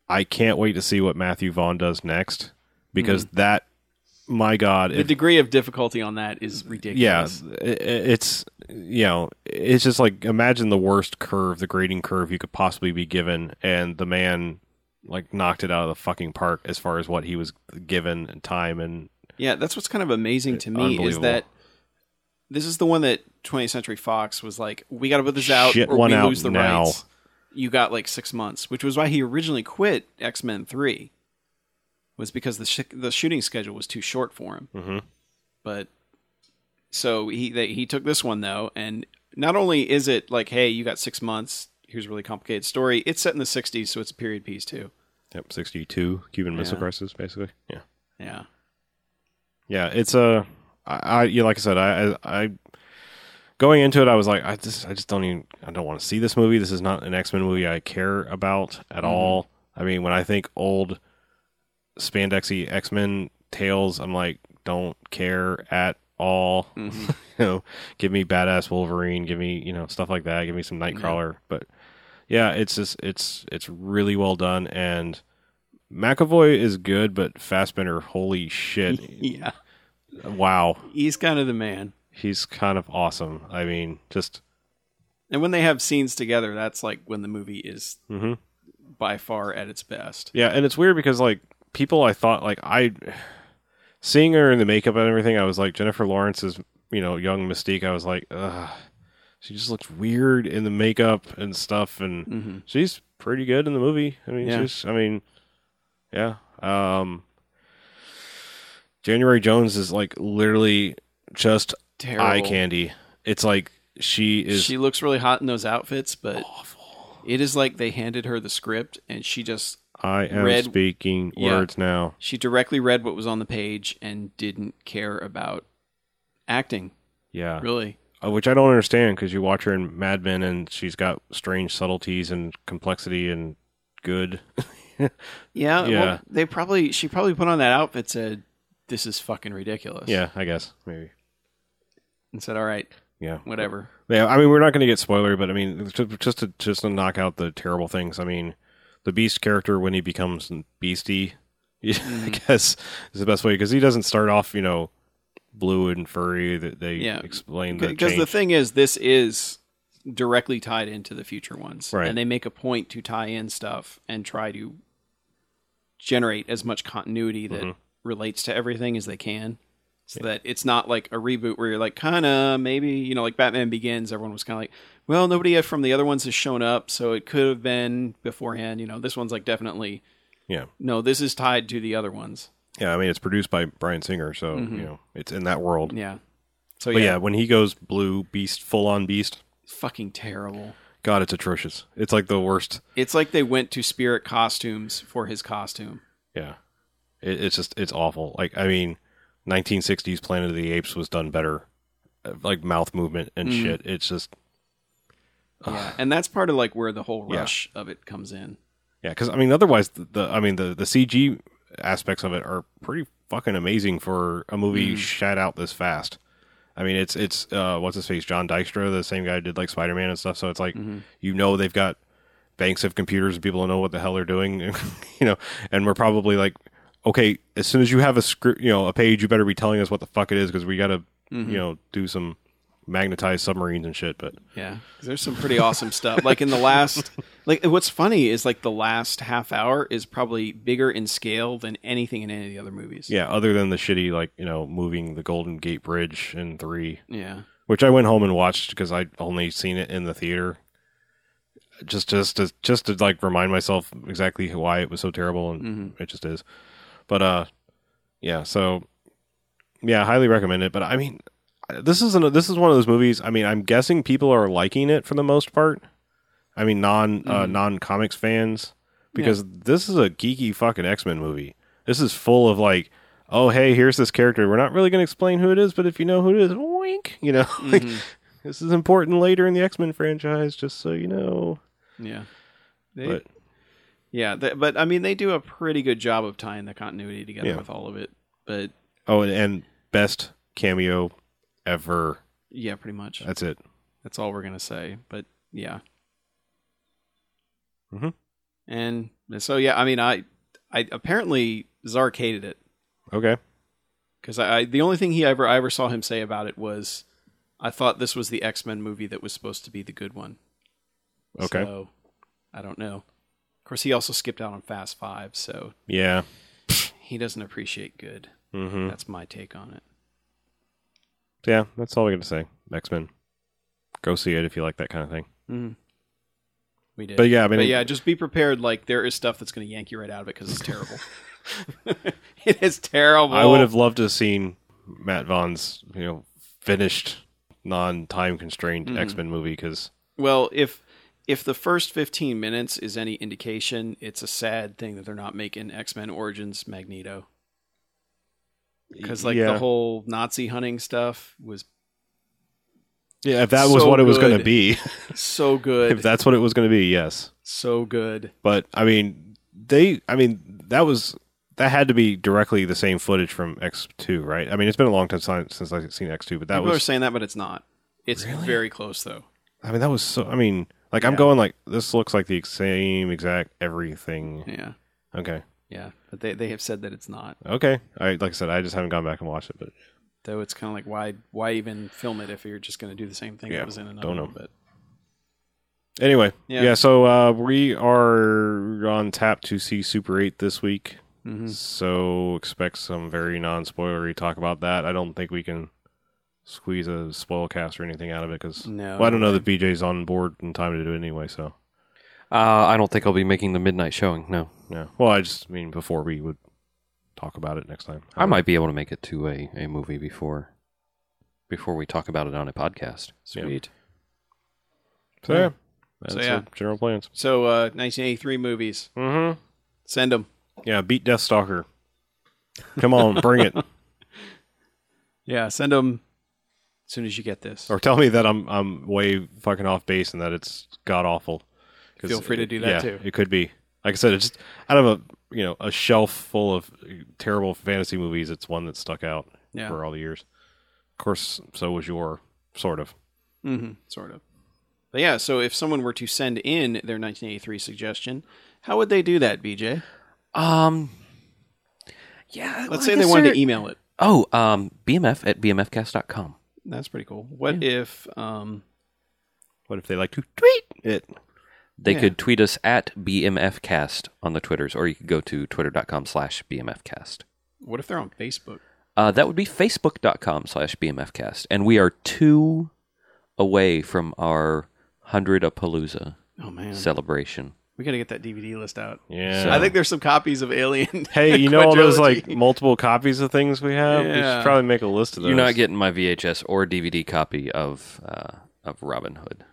B: I can't wait to see what Matthew Vaughn does next because that, my God,
C: The
B: if,
C: degree of difficulty on that is
B: yeah,
C: ridiculous.
B: it, it's you know, it's just like imagine the worst curve, the grading curve you could possibly be given, and the man like knocked it out of the fucking park as far as what he was given and time and
C: Yeah, that's what's kind of amazing to me is
B: Unbelievable.
C: that This is the one that 20th Century Fox was like, we got to put this out
B: Shit
C: or
B: one
C: we
B: out
C: lose the
B: now.
C: rights. You got like six months, which was why he originally quit X Men Three. Was because the sh- the shooting schedule was too short for him. Mm-hmm. But so he they, he took this one though, and not only is it like, hey, you got six months. Here's a really complicated story. It's set in the '60s, so it's a period piece too.
B: Yep, 62 Cuban Missile
C: Yeah.
B: Crisis, basically. Yeah.
C: Yeah.
B: Yeah, it's a. I, I you know, like I said, I, I, I going into it, I was like, I just, I just don't even, I don't want to see this movie. This is not an X Men movie I care about at all. I mean, when I think old spandexy X Men tales, I'm like, don't care at all. you know, give me badass Wolverine, give me you know stuff like that, give me some Nightcrawler. But yeah, it's just, it's, it's really well done and. McAvoy is good, but Fassbender, holy shit!
C: Yeah.
B: wow,
C: He's kind of the man.
B: he's kind of awesome. I mean, just
C: And when they have scenes together, that's like when the movie is
B: Mhm.
C: by far at its best.
B: yeah, and it's weird because like people I thought like I seeing her in the makeup and everything, I was like Jennifer Lawrence's, you know, young Mystique, I was like, ugh. She just looks weird in the makeup and stuff and she's pretty good in the movie. I mean,
C: Mm-hmm. Yeah.
B: she's I mean, yeah. Um January Jones is like literally just
C: Terrible.
B: eye candy. It's like she is
C: she looks really hot in those outfits, but it is like they handed her the script and she just
B: I am
C: Red-
B: speaking
C: Yeah.
B: words now.
C: she directly read what was on the page and didn't care about acting,
B: Yeah.
C: really.
B: Uh, Which I don't understand because you watch her in Mad Men and she's got strange subtleties and complexity and good.
C: Yeah,
B: Yeah.
C: Well, they probably she probably put on that outfit said this is fucking ridiculous.
B: yeah, I guess. Maybe.
C: And said all right,
B: Yeah.
C: whatever.
B: Yeah, I mean, we're not going to get spoiler, but I mean, ju- just to just to knock out the terrible things. I mean, the Beast character when he becomes Beastie,
C: Mm-hmm.
B: I guess is the best way because he doesn't start off, you know, blue and furry. That they
C: Yeah.
B: explain the
C: Because
B: change.
C: the thing is this is directly tied into the future ones.
B: Right.
C: And they make a point to tie in stuff and try to generate as much continuity that
B: Mm-hmm.
C: relates to everything as they can. So that it's not like a reboot where you're like, kinda, maybe, you know, like Batman Begins, everyone was kinda like, well, nobody from the other ones has shown up, so it could have been beforehand. You know, this one's like definitely,
B: yeah,
C: no, this is tied to the other ones.
B: yeah. I mean, it's produced by Brian Singer, so
C: Mm-hmm.
B: you know, it's in that world.
C: Yeah. So
B: But
C: yeah,
B: yeah, when he goes blue beast, full on beast,
C: fucking terrible.
B: God, it's atrocious. It's like the worst.
C: It's like they went to spirit costumes for his costume.
B: Yeah, it, it's just it's awful. Like I mean, 1960s Planet of the Apes was done better, Uh, like mouth movement and shit. It's just
C: Yeah, and that's part of like where the whole
B: Yeah.
C: rush of it comes in.
B: yeah. Because I mean, otherwise the, the I mean the the CG aspects of it are pretty fucking amazing for a movie shat out this fast. I mean, it's it's uh, what's his face, John Dykstra, the same guy who did like Spider Man and stuff. So it's like you know they've got banks of computers and people don't know what the hell they're doing, you know. And we're probably like, okay, as soon as you have a script, you know, a page, you better be telling us what the fuck it is because we got to, you know, do some magnetized submarines and shit. But
C: Yeah, 'Cause there's some pretty awesome stuff. Like in the last, like what's funny is like the last half hour is probably bigger in scale than anything in any of the other movies.
B: yeah, other than the shitty like you know moving the Golden Gate Bridge in three,
C: yeah,
B: which I went home and watched because I only seen it in the theater. Just, just, to, just to like remind myself exactly why it was so terrible, and it just is. But uh, yeah. So yeah, I highly recommend it. But I mean, this is an, this is one of those movies. I mean, I'm guessing people are liking it for the most part. I mean, non uh, non comics fans because this is a geeky fucking X Men movie. This is full of like, oh hey, here's this character. We're not really going to explain who it is, but if you know who it is, wink. You know, like,
C: Mm-hmm.
B: this is important later in the X Men franchise. Just so you know.
C: yeah, they,
B: But
C: yeah. th- but I mean, they do a pretty good job of tying the continuity together
B: Yeah.
C: with all of it. But
B: oh, and, and best cameo ever.
C: yeah, pretty much
B: That's it.
C: that's all we're gonna say. But yeah,
B: Mhm.
C: and so yeah, I mean, I, I apparently Zark hated it.
B: Okay.
C: because I, I the only thing he ever I ever saw him say about it was, I thought this was the X Men movie that was supposed to be the good one.
B: Okay.
C: So, I don't know. Of course, he also skipped out on Fast Five, so
B: Yeah. Mm-hmm. Hmm.
C: he doesn't appreciate good. That's my take on it.
B: yeah, that's all I got to say. X Men. Go see it if you like that kind of thing.
C: We did.
B: But yeah, I mean-
C: but yeah, just be prepared. Like there is stuff that's going to yank you right out of it because it's terrible. it is terrible.
B: I would have loved to have seen Matt Vaughn's, you know, finished, non time constrained
C: Mm-hmm.
B: X Men movie because
C: Well, if if the first 15 minutes is any indication, it's a sad thing that they're not making X-Men Origins Magneto. Cuz like
B: Yeah.
C: the whole Nazi hunting stuff was
B: yeah, if that was
C: So
B: what it was going to
C: good.
B: be,
C: so
B: if
C: good.
B: that's what it was going to be, yes.
C: so good.
B: But I mean, they, I mean, that was that had to be directly the same footage from X two, right? I mean, it's been a long time since since I've seen X two, but that
C: People are
B: was,
C: saying that but it's not. It's very close though.
B: I mean, that was so. I mean, like I'm going like this looks like the same exact everything.
C: Yeah.
B: Okay,
C: Yeah, but they, they have said that it's not.
B: okay. I like I said, I just haven't gone back and watched it, but
C: Though it's kind of like why why even film it if you're just going to do the same thing
B: Yeah,
C: that was in another.
B: don't know.
C: one, But
B: Anyway, yeah.
C: Yeah.
B: so uh, we are on tap to see Super 8 this week.
C: Mm-hmm.
B: So expect some very non spoilery talk about that. I don't think we can squeeze a spoil cast or anything out of it because
C: No,
B: well, I don't know that BJ's on board in time to do it anyway. So
D: Uh, I don't think I'll be making the midnight showing. No,
B: yeah. Well, I just mean before we would talk about it next time.
D: I might be able to make it to a, a movie before before we talk about it on a podcast.
B: Sweet. So yeah, that's
C: So, yeah.
B: our general plans.
C: so uh, 1983 movies,
B: Mm-hmm.
C: send them.
B: Yeah, beat Deathstalker. Come on, bring it.
C: Yeah, send them as soon as you get this.
B: or tell me that I'm I'm way fucking off base and that it's god awful. 'Cause
C: Feel free to do that, too.
B: It could be, like I said, it's just out of a you know a shelf full of terrible fantasy movies. It's one that stuck out
C: Yeah.
B: for all the years. Of course, so was your sort of.
C: hmm sort of. But yeah, so if someone were to send in their 1983 suggestion, how would they do that, BJ?
D: Um, yeah.
C: Let's say they wanted to email it.
D: Oh, um, BMF at bmfcast.com.
C: That's pretty cool. What if um
B: What if they like to tweet it?
D: They
C: Yeah.
D: could tweet us at bmfcast on the Twitters, or you could go to twitter.com slash bmfcast.
C: what if they're on Facebook?
D: Uh, that would be facebook.com slash bmfcast. And we are two away from our 100 Palooza
C: Oh man,
D: celebration.
C: we got to get that DVD list out.
B: Yeah.
C: I think there's some copies of Alien.
B: Hey, you know all those like
C: quadrilogy.
B: multiple copies of things we have. We should
C: Yeah.
B: probably make a list of those.
D: You're not getting my VHS or DVD copy of uh, of Robin Hood,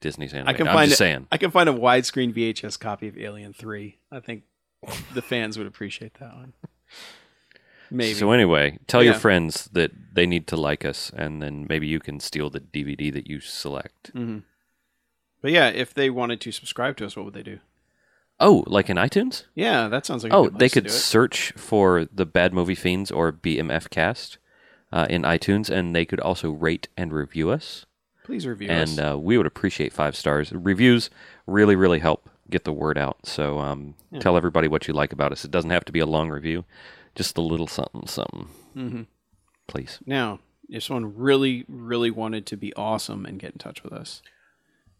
D: Disney's anime.
C: I can
D: am
C: find
D: just
C: a-
D: saying.
C: I can find a widescreen VHS copy of Alien 3. I think the fans would appreciate that one. Maybe.
D: So anyway, tell your
C: Yeah.
D: friends that they need to like us, and then maybe you can steal the DVD that you select.
C: but yeah, if they wanted to subscribe to us, what would they do?
D: Oh, like in iTunes?
C: Yeah, that sounds like a
D: Oh,
C: good
D: they
C: place to
D: could
C: do it.
D: search for the Bad Movie Fiends or BMF Cast uh, in iTunes, and they could also rate and review us.
C: please review us.
D: And uh, we would appreciate five stars. Reviews really, really help get the word out. So um, tell everybody what you like about us. It doesn't have to be a long review, just a little something, something. Mm-hmm. Please.
C: Now, if someone really, really wanted to be awesome and get in touch with us,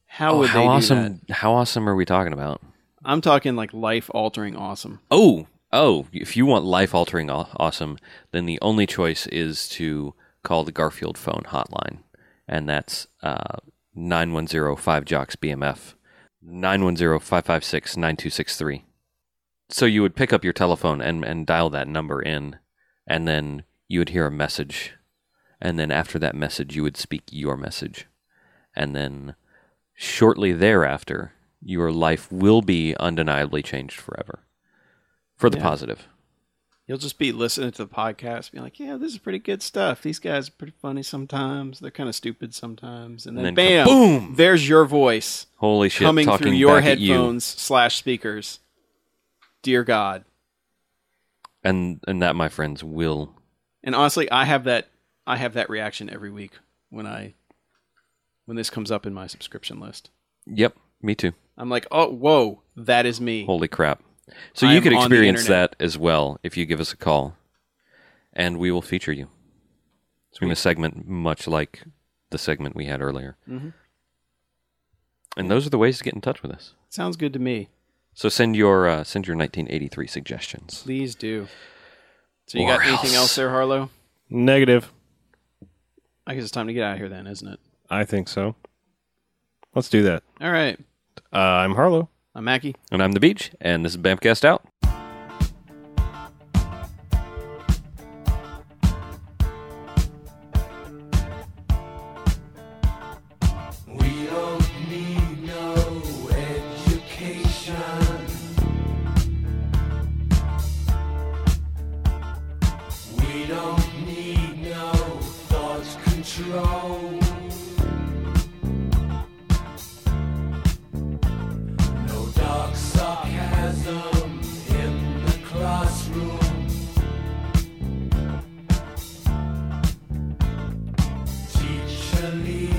C: how
D: Oh,
C: would
D: how
C: they do
D: awesome!
C: that?
D: How awesome are we talking about?
C: I'm talking like life altering awesome.
D: Oh, oh, if you want life altering aw- awesome, then the only choice is to call the Garfield phone hotline. And that's uh, 910 5 Jocks BMF, 910 556 9263. So you would pick up your telephone and, and dial that number in, and then you would hear a message. And then after that message, you would speak your message. And then shortly thereafter, your life will be undeniably changed forever for the positive.
C: You'll just be listening to the podcast, being like, "Yeah, this is pretty good stuff. These guys are pretty funny sometimes. They're kind of stupid sometimes." And then,
D: then
C: bam, boom! There's your voice
D: Holy shit!
C: coming
D: talking
C: through your
D: back at you.
C: headphones slash speakers. Dear God,
D: and and that, my friends, will
C: and honestly, I have that. I have that reaction every week when I when this comes up in my subscription list.
D: yep, me too.
C: I'm like, "Oh, whoa, that is me."
D: Holy crap! So
C: I
D: you
C: am
D: could
C: on the
D: experience that
C: internet.
D: as well if you give us a call, and we will feature you in a segment much like the segment we had earlier.
C: Mm-hmm.
D: And those are the ways to get in touch with us.
C: Sounds good to me.
D: So send your uh, send your 1983 suggestions.
C: Please do. So you
D: Or
C: got anything
D: else.
C: else there, Harlow?
B: negative.
C: I guess it's time to get out of here then, isn't it?
B: I think so. Let's do that.
C: All right.
B: Uh, I'm Harlow.
C: I'm Mackie.
D: And I'm the beach, and this is Bamcast out.
H: We don't need no education. We don't need no thought control. No dark sarcasm in the classroom. Teacher leaves.